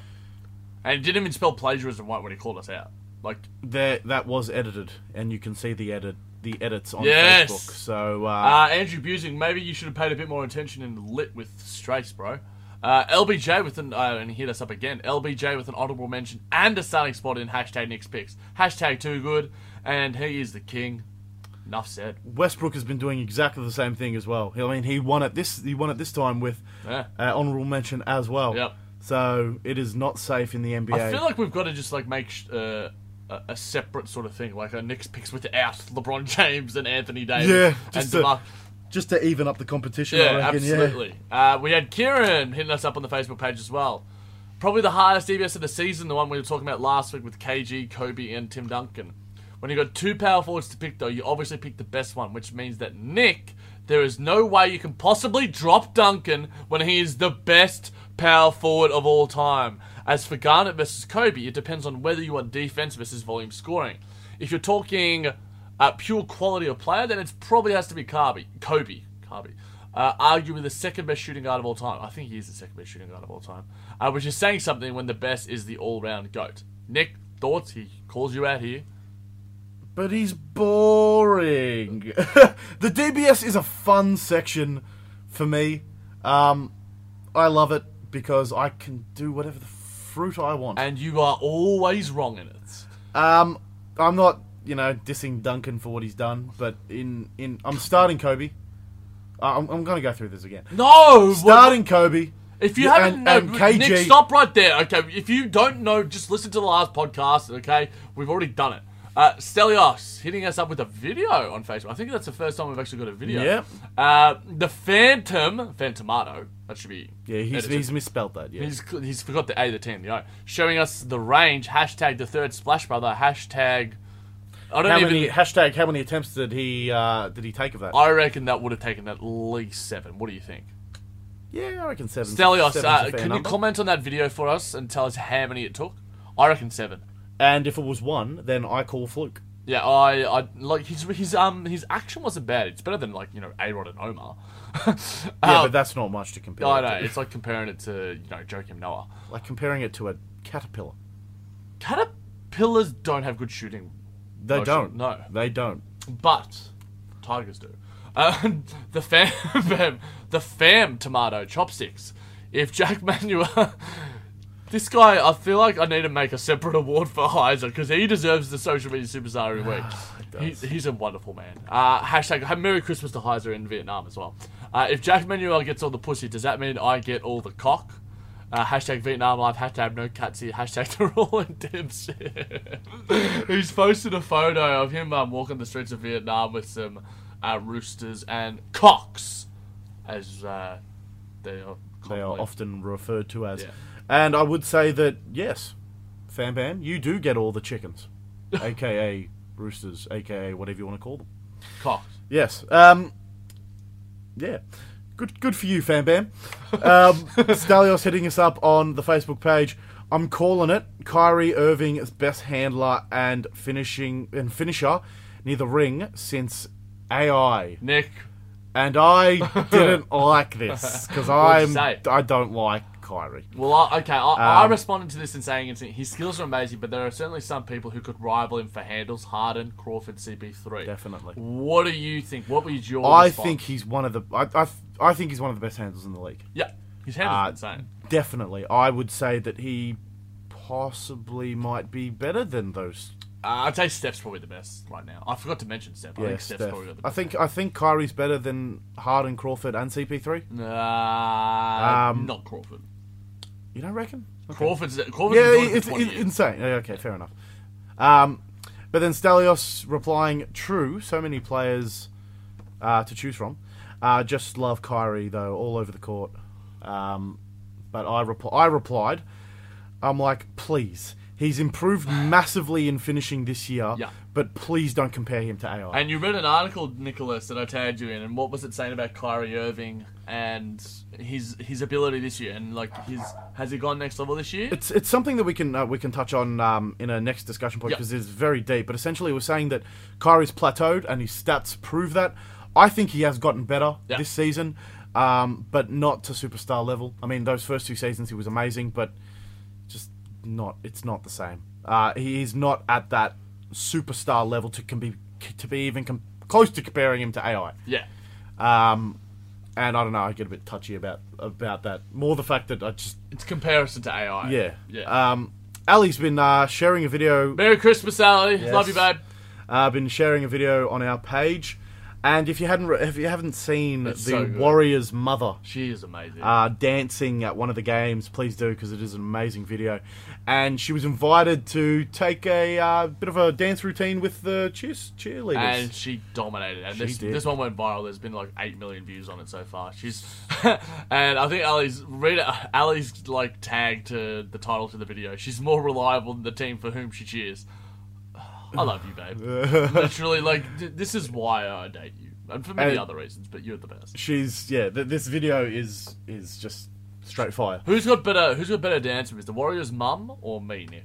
and he didn't even spell plagiarism right when he called us out. Like, There, that was edited, and you can see the edit the edits on Yes. Facebook. So, uh, Uh, Andrew Busing, maybe you should have paid a bit more attention and lit with Strace, bro. Uh, LBJ with an uh, and he hit us up again. LBJ with an honourable mention and a starting spot in hashtag Nick's picks. Hashtag too good, and he is the king. Enough said. Westbrook has been doing exactly the same thing as well. I mean, he won it this he won it this time with Yeah. uh, honorable mention as well. Yep. So it is not safe in the NBA. I feel like we've got to just like make sh- uh, a, a separate sort of thing, like a Nick's picks without <laughs> LeBron James and Anthony Davis. Yeah, and just a- DeMar- just to even up the competition. I Yeah, reckon, absolutely. Uh, we had Kieran hitting us up on the Facebook page as well. Probably the hardest EBS of the season, the one we were talking about last week with KG, Kobe, and Tim Duncan. When you got two power forwards to pick, though, you obviously picked the best one, which means that Nick, there is no way you can possibly drop Duncan when he is the best power forward of all time. As for Garnett versus Kobe, it depends on whether you want defense versus volume scoring. If you're talking uh, pure quality of player, then it probably has to be Kobe. Kobe. Kobe. Uh, arguably the second best shooting guard of all time. I think he is the second best shooting guard of all time. Uh, which is saying something when the best is the all round GOAT. Nick, thoughts? He calls you out here. But he's boring. <laughs> the DBS is a fun section for me. Um, I love it because I can do whatever the fruit I want. And you are always wrong in it. Um, I'm not, you know, dissing Duncan for what he's done, but in in I'm starting Kobe. I- I'm, I'm going to go through this again. No! Starting Kobe. If you Yeah, haven't and- know, and KG Nick, stop right there. Okay, if you don't know, just listen to the last podcast. Okay, we've already done it. Uh, Stelios hitting us up with a video on Facebook. I think that's the first time we've actually got a video. Yep. Uh, the Phantom, Phantomato. That should be. Yeah, he's, edited. he's misspelled that. Yeah. He's, he's forgot the A, the T, and the O. Showing us the range. Hashtag the third Splash Brother. Hashtag. I don't How even. many hashtag? How many attempts did he uh, did he take of that? I reckon that would have taken at least seven. What do you think? yeah, I reckon seven. Stelios, seven's uh, a fair can you number. comment on that video for us and tell us how many it took? I reckon seven. And if it was one, then I call fluke. Yeah, I, I like his his um his action wasn't bad. It's better than like you know A Rod and Omar. <laughs> yeah, Yeah, but that's not much to compare. Oh. I it know to. it's like comparing it to you know Joakim Noah. like comparing it to a caterpillar. Caterpillars don't have good shooting, They Oh, don't. shit, no. they don't. but tigers do. Uh, <laughs> the fam, fam, the fam tomato chopsticks. If Jack Manuel, this guy, I feel like I need to make a separate award for Heiser because he deserves the social media superstar of <sighs> the week. He's, he's a wonderful man. Uh, hashtag have Merry Christmas to Heiser in Vietnam as well. Uh, if Jack Manuel gets all the pussy, does that mean I get all the cock? Uh, hashtag Vietnam Live, hashtag no cats here, hashtag <laughs> they're all in dibs. <laughs> He's posted a photo of him um, walking the streets of Vietnam with some uh, roosters and cocks, as uh, they are. They are commonly- often referred to as. Yeah. And I would say that yes, fan ban, you do get all the chickens, <laughs> aka roosters, aka whatever you want to call them. cocks. Yes. Um, yeah. Good, good for you, Fanbam. <laughs> Um, Stalios hitting us up on the Facebook page. I'm calling it Kyrie Irving as best handler and finishing and finisher near the ring since AI. Nick, <laughs> And I didn't like this because What'd I'm you say? I don't like Kyrie. well, I, okay, I, I Um, responded to this in saying it's, his skills are amazing, but there are certainly some people who could rival him for handles Harden, Crawford, CP3. Definitely. What do you think? What was your I response? think he's one of the I, I, I think he's one of the best handlers in the league. Yeah, his handles Uh, are insane. Definitely, I would say that he possibly might be better than those. Uh, I'd say Steph's probably the best right now. I forgot to mention Steph. I Yeah, think Steph's Steph. probably got the I best. think I think Kyrie's better than Harden, Crawford, and CP3. Nah, Um, not Crawford. You don't reckon? Crawford's Crawford's Yeah, been doing it for it's, 20 it's years. insane. Yeah, Okay, fair enough. Um, but then Stelios replying, "True, so many players uh, to choose from. Uh, just love Kyrie though, all over the court." Um, but I repl- I replied, "I'm like, please." <sighs> He's improved massively in finishing this year, Yeah. but please don't compare him to AI. And you read an article, Nicholas, that I tagged you in, and what was it saying about Kyrie Irving and his his ability this year? And like, his has he gone next level this year? It's it's something that we can uh, we can touch on um, in a next discussion point Yep. because it's very deep. But essentially, we're saying that Kyrie's plateaued and his stats prove that. I think he has gotten better Yeah. this season, um, but not to superstar level. I mean, those first two seasons he was amazing, but just not. It's not the same. Uh, he is not at that superstar level to can be to be even com- close to comparing him to AI. yeah, Um, and I don't know. I get a bit touchy about about that. More the fact that I just it's comparison to AI. yeah. yeah. Uh, Um, Ali's been uh, sharing a video. Merry Christmas, Ali. Yes. Love you, babe. Uh, been sharing a video on our page, and if you hadn't, re- if you haven't seen It's the so good. Warriors' mother She is amazing. uh, dancing at one of the games, please do because it is an amazing video. And she was invited to take a uh, bit of a dance routine with the cheers cheerleaders. and she dominated. And this did. this one went viral. There's been like eight million views on it so far. She's <laughs> and I think Ali's read <laughs> Ali's like tag to the title to the video. She's more reliable than the team for whom she cheers. I love you, babe. <laughs> Literally, like th- this is why I date you, and for many And- other reasons. But you're the best. she's yeah. Th- this video is is just straight fire. Who's got better? Who's got better dance moves, the Warriors' mum or me, Nick?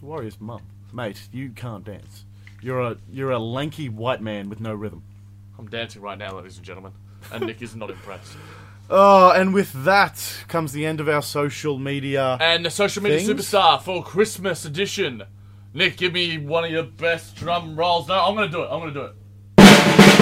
The Warriors' mum, mate, you can't dance. You're a you're a lanky white man with no rhythm. I'm dancing right now, ladies and gentlemen, and Nick is not <laughs> impressed. Oh, and with that comes the end of our social media. And the social media Things? superstar for Christmas edition. Nick, give me one of your best drum rolls. No, I'm gonna do it. I'm gonna do it.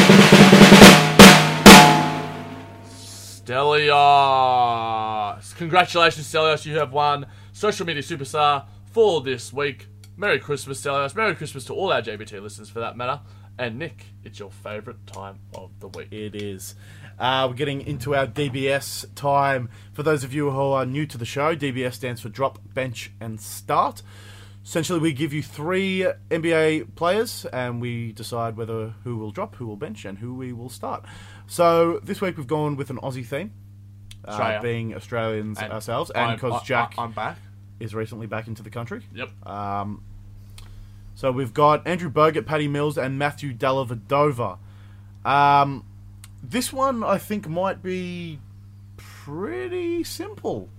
Stelios. Congratulations, Stelios. You have won social media superstar for this week. Merry Christmas, Stelios. Merry Christmas to all our JBT listeners for that matter. And Nick, it's your favourite time of the week. It is. Uh, we're getting into our DBS time. For those of you who are new to the show, DBS stands for drop, bench, and start. Essentially, we give you three NBA players, and we decide whether who will drop, who will bench, and who we will start. So this week we've gone with an Aussie theme, uh, Australia. being Australians And ourselves, and I'm- I- because Jack I- I'm back. is recently back into the country. Yep. So we've got Andrew Bogut, Paddy Mills, and Matthew Dellavedova. Um, this one I think might be pretty simple.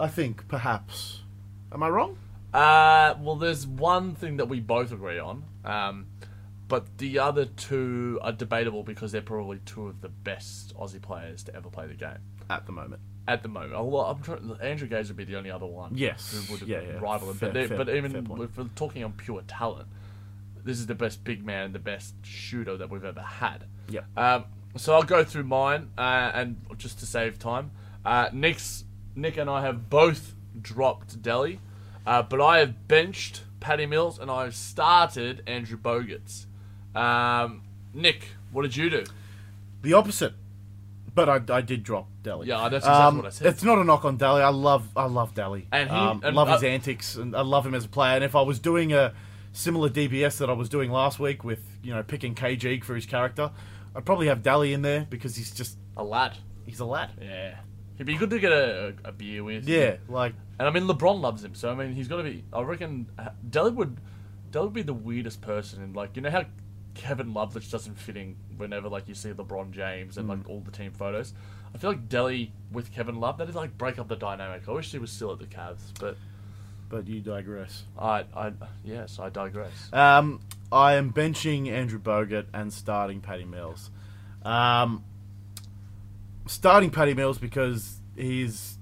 I think perhaps. Am I wrong? Uh, well, there's one thing that we both agree on, um, but the other two are debatable because they're probably two of the best Aussie players to ever play the game At the moment, at the moment. Although I'm trying, Andrew Gaze would be the only other one. Yes. who would Yeah, yeah. rival him. Fair- but, they, fair- but fair even point. if we're talking on pure talent, this is the best big man and the best shooter that we've ever had. Yep. Um, so I'll go through mine, uh, and just to save time, uh, Nick's Nick and I have both dropped Delhi, uh, but I have benched Paddy Mills and I have started Andrew Bogut's. Um, Nick, what did you do? the opposite. But I, I did drop Delhi. Yeah, that's exactly Um, what I said. It's not a knock on Delhi. I love I love Delhi. And he- um, and uh, love I- his antics and I love him as a player. And if I was doing a similar DBS that I was doing last week with you know picking KG for his character, I'd probably have Delhi in there because he's just A lad. he's a lad. Yeah. He'd be good to get a, a beer with. Yeah, like And I mean, LeBron loves him, so I mean, he's got to be. I reckon uh, Deli would, Deli would be the weirdest person, in like you know how Kevin Love which doesn't fit in whenever like you see LeBron James and like all the team photos. I feel like Delhi with Kevin Love that is like break up the dynamic. I wish he was still at the Cavs, but But you digress. I I yes I digress. Um, I am benching Andrew Bogut and starting Patty Mills. Um, starting Patty Mills because he's,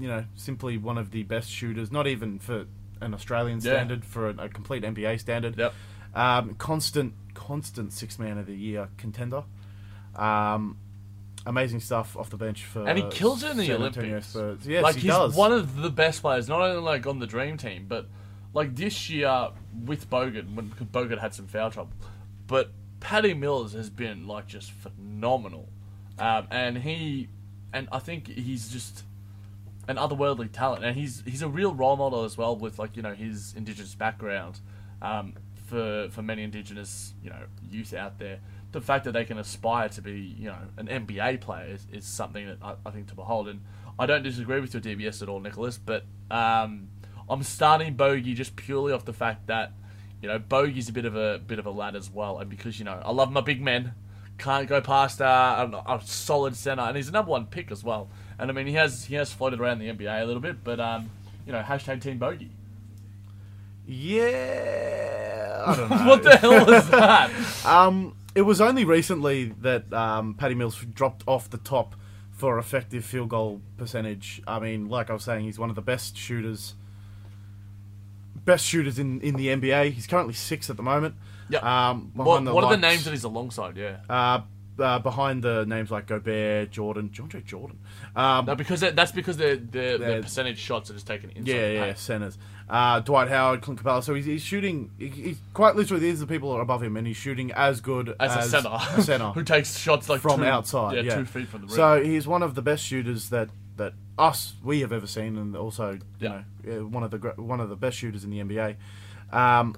you know, simply one of the best shooters. Not even for an Australian Yeah. standard, for a, a complete NBA standard. Yep. Um, constant, constant six man of the year contender. Um, amazing stuff off the bench for. And he kills it in the San Antonio Olympics. Spurs. Yes, like he he's does. one of the best players, not only like on the dream team, but like this year with Bogan, when because Bogan had some foul trouble, but Paddy Mills has been like just phenomenal, um, and he, and I think he's just an otherworldly talent, and he's he's a real role model as well with like you know his indigenous background, um, for for many indigenous you know youth out there. The fact that they can aspire to be you know an NBA player is, is something that I, I think to behold, and I don't disagree with your DBS at all, Nicholas. But um, I'm starting Bogey just purely off the fact that you know Bogey's a bit of a bit of a lad as well, and because you know I love my big men, can't go past uh, a, a solid center, and he's a number one pick as well. And I mean, he has he has floated around the NBA a little bit, but um, you know, hashtag Team Bogey. <laughs> Yeah. I <laughs> don't know. What the hell <laughs> is that? Um, it was only recently that um, Patty Mills dropped off the top for effective field goal percentage. I mean, like I was saying, he's one of the best shooters, best shooters in, in the NBA. He's currently six at the moment. Yep. Um, what behind what are the likes- names that he's alongside? Yeah, uh, uh, behind the names like Gobert, Jordan, Jondre Jordan. Um, no, because that- that's because the the, the They're- percentage shots are just taken inside. yeah, the yeah, paint. centers. Uh, Dwight Howard, Clint Capella. So he's, he's shooting. He, he's quite literally these are the people that are above him, and he's shooting as good As, a center, <laughs> a center. who takes shots like from two- outside. yeah, Yeah, two feet from the rim. So he's one of the best shooters that that us we have ever seen, and also you Yeah. know uh, one of the gr- one of the best shooters in the NBA. Um,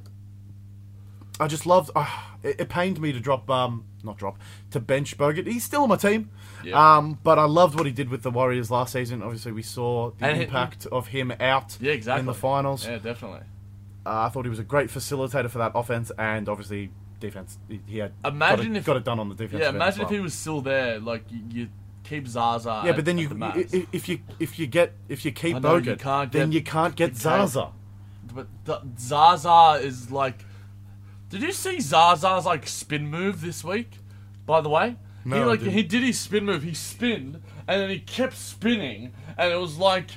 I just loved. ah, it, it pained me to drop, um, not drop, to bench Bogut. He's still on my team, Yeah. um, but I loved what he did with the Warriors last season. Obviously, we saw the And it- impact of him out yeah, exactly. in the finals. Yeah, definitely. Uh, I thought he was a great facilitator for that offense, and obviously defense. He, he had got it- Imagine got it, if- done on the defense. Yeah, end as imagine if well. he was still there. Like you, you keep Zaza. Yeah, at- but then at you the i- max. i- if you if you get if you keep I know, Bogut, you can't then get- you can't get you can't. Zaza. But the, Zaza is like. Did you see Zaza's like spin move this week? By the way, No, he I like didn't. he did his spin move. He spinned and then he kept spinning, and it was like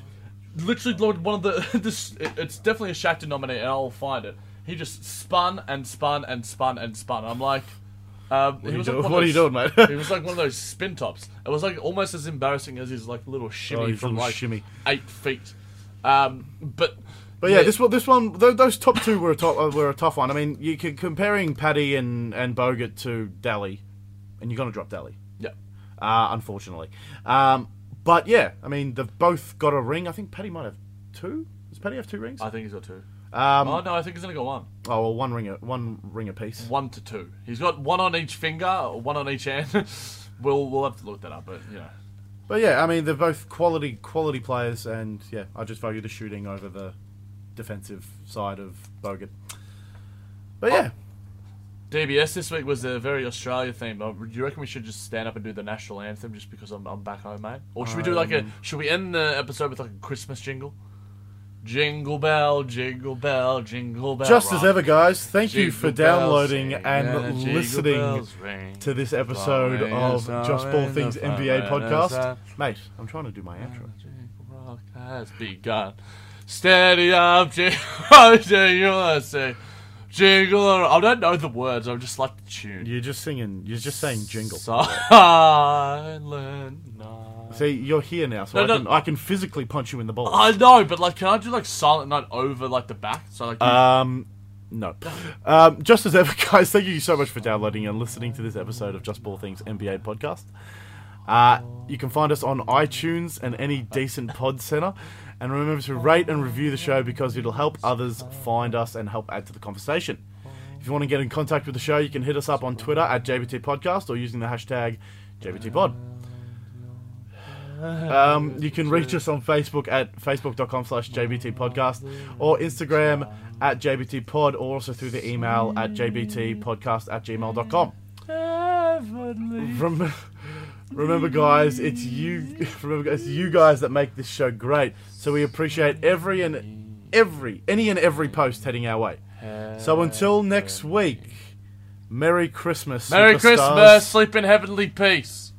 literally like one of the <laughs> this. It, it's definitely a Shaq denominator, and I'll find it. He just spun and spun and spun and spun. I'm like. Um, he you was doing- like one of what are you those- doing, mate? he was like one of those spin tops. It was like almost as embarrassing as his like little shimmy Oh, his from little like shimmy. eight feet. Um, but But yeah, this one, this one, tho- those top two were a top, uh, were a tough one. I mean, you could comparing Paddy and and Bogut to Daly, and you're gonna drop Daly, yeah. uh, unfortunately. Um, but yeah, I mean, they've both got a ring. I think Paddy might have two. Does Paddy have two rings? I think he's got two. Um, oh no, I think he's only got one. oh well, one ring, a, one ring apiece. One to two. He's got one on each finger, one on each hand. <laughs> we'll we'll have to look that up, but you know. But yeah, I mean, they're both quality quality players, and yeah, I just value the shooting over the defensive side of Bogut. But yeah, DBS this week was a very Australia theme. Uh, Do you reckon we should just stand up and do the national anthem just because I'm, I'm back home, mate? Or should we do like Um, a should we end the episode with like a Christmas jingle? Jingle bell, jingle bell, jingle bell. just as rock. ever, guys, thank you Jingle for bells downloading sing and the jingle listening bells ring. to this episode of Sorry, Just Ball sorry, Things no NBA fun, no podcast. sun. Mate, I'm trying to do my outro. Jingle rock has begun. Steady up, <laughs> jingle, jingle, say, jingle. rock. I don't know the words. I'm just like the tune. You're just singing. You're just saying jingle. Silent night. See, you're here now, so No, I, no. Can, I can physically punch you in the balls. I know, but like, can I do like silent night over like the back? So like, Um, no. Um, just as ever, <laughs> guys, thank you so much for downloading and listening to this episode of Just Ball Things NBA podcast. Uh, you can find us on iTunes and any decent pod center. And remember to rate and review the show because it'll help others find us and help add to the conversation. If you want to get in contact with the show, you can hit us up on Twitter at JBT Podcast or using the hashtag JBTPod. Um, you can reach us on Facebook at facebook.com slash JBT podcast or Instagram at JBT pod or also through the email at JBT podcast at gmail.com. Rem- remember, guys, it's you. <laughs> Remember, guys, it's you guys that make this show great. So we appreciate every and every, any and every post heading our way. So until next week, Merry Christmas. Merry superstars. Christmas. Sleep in heavenly peace.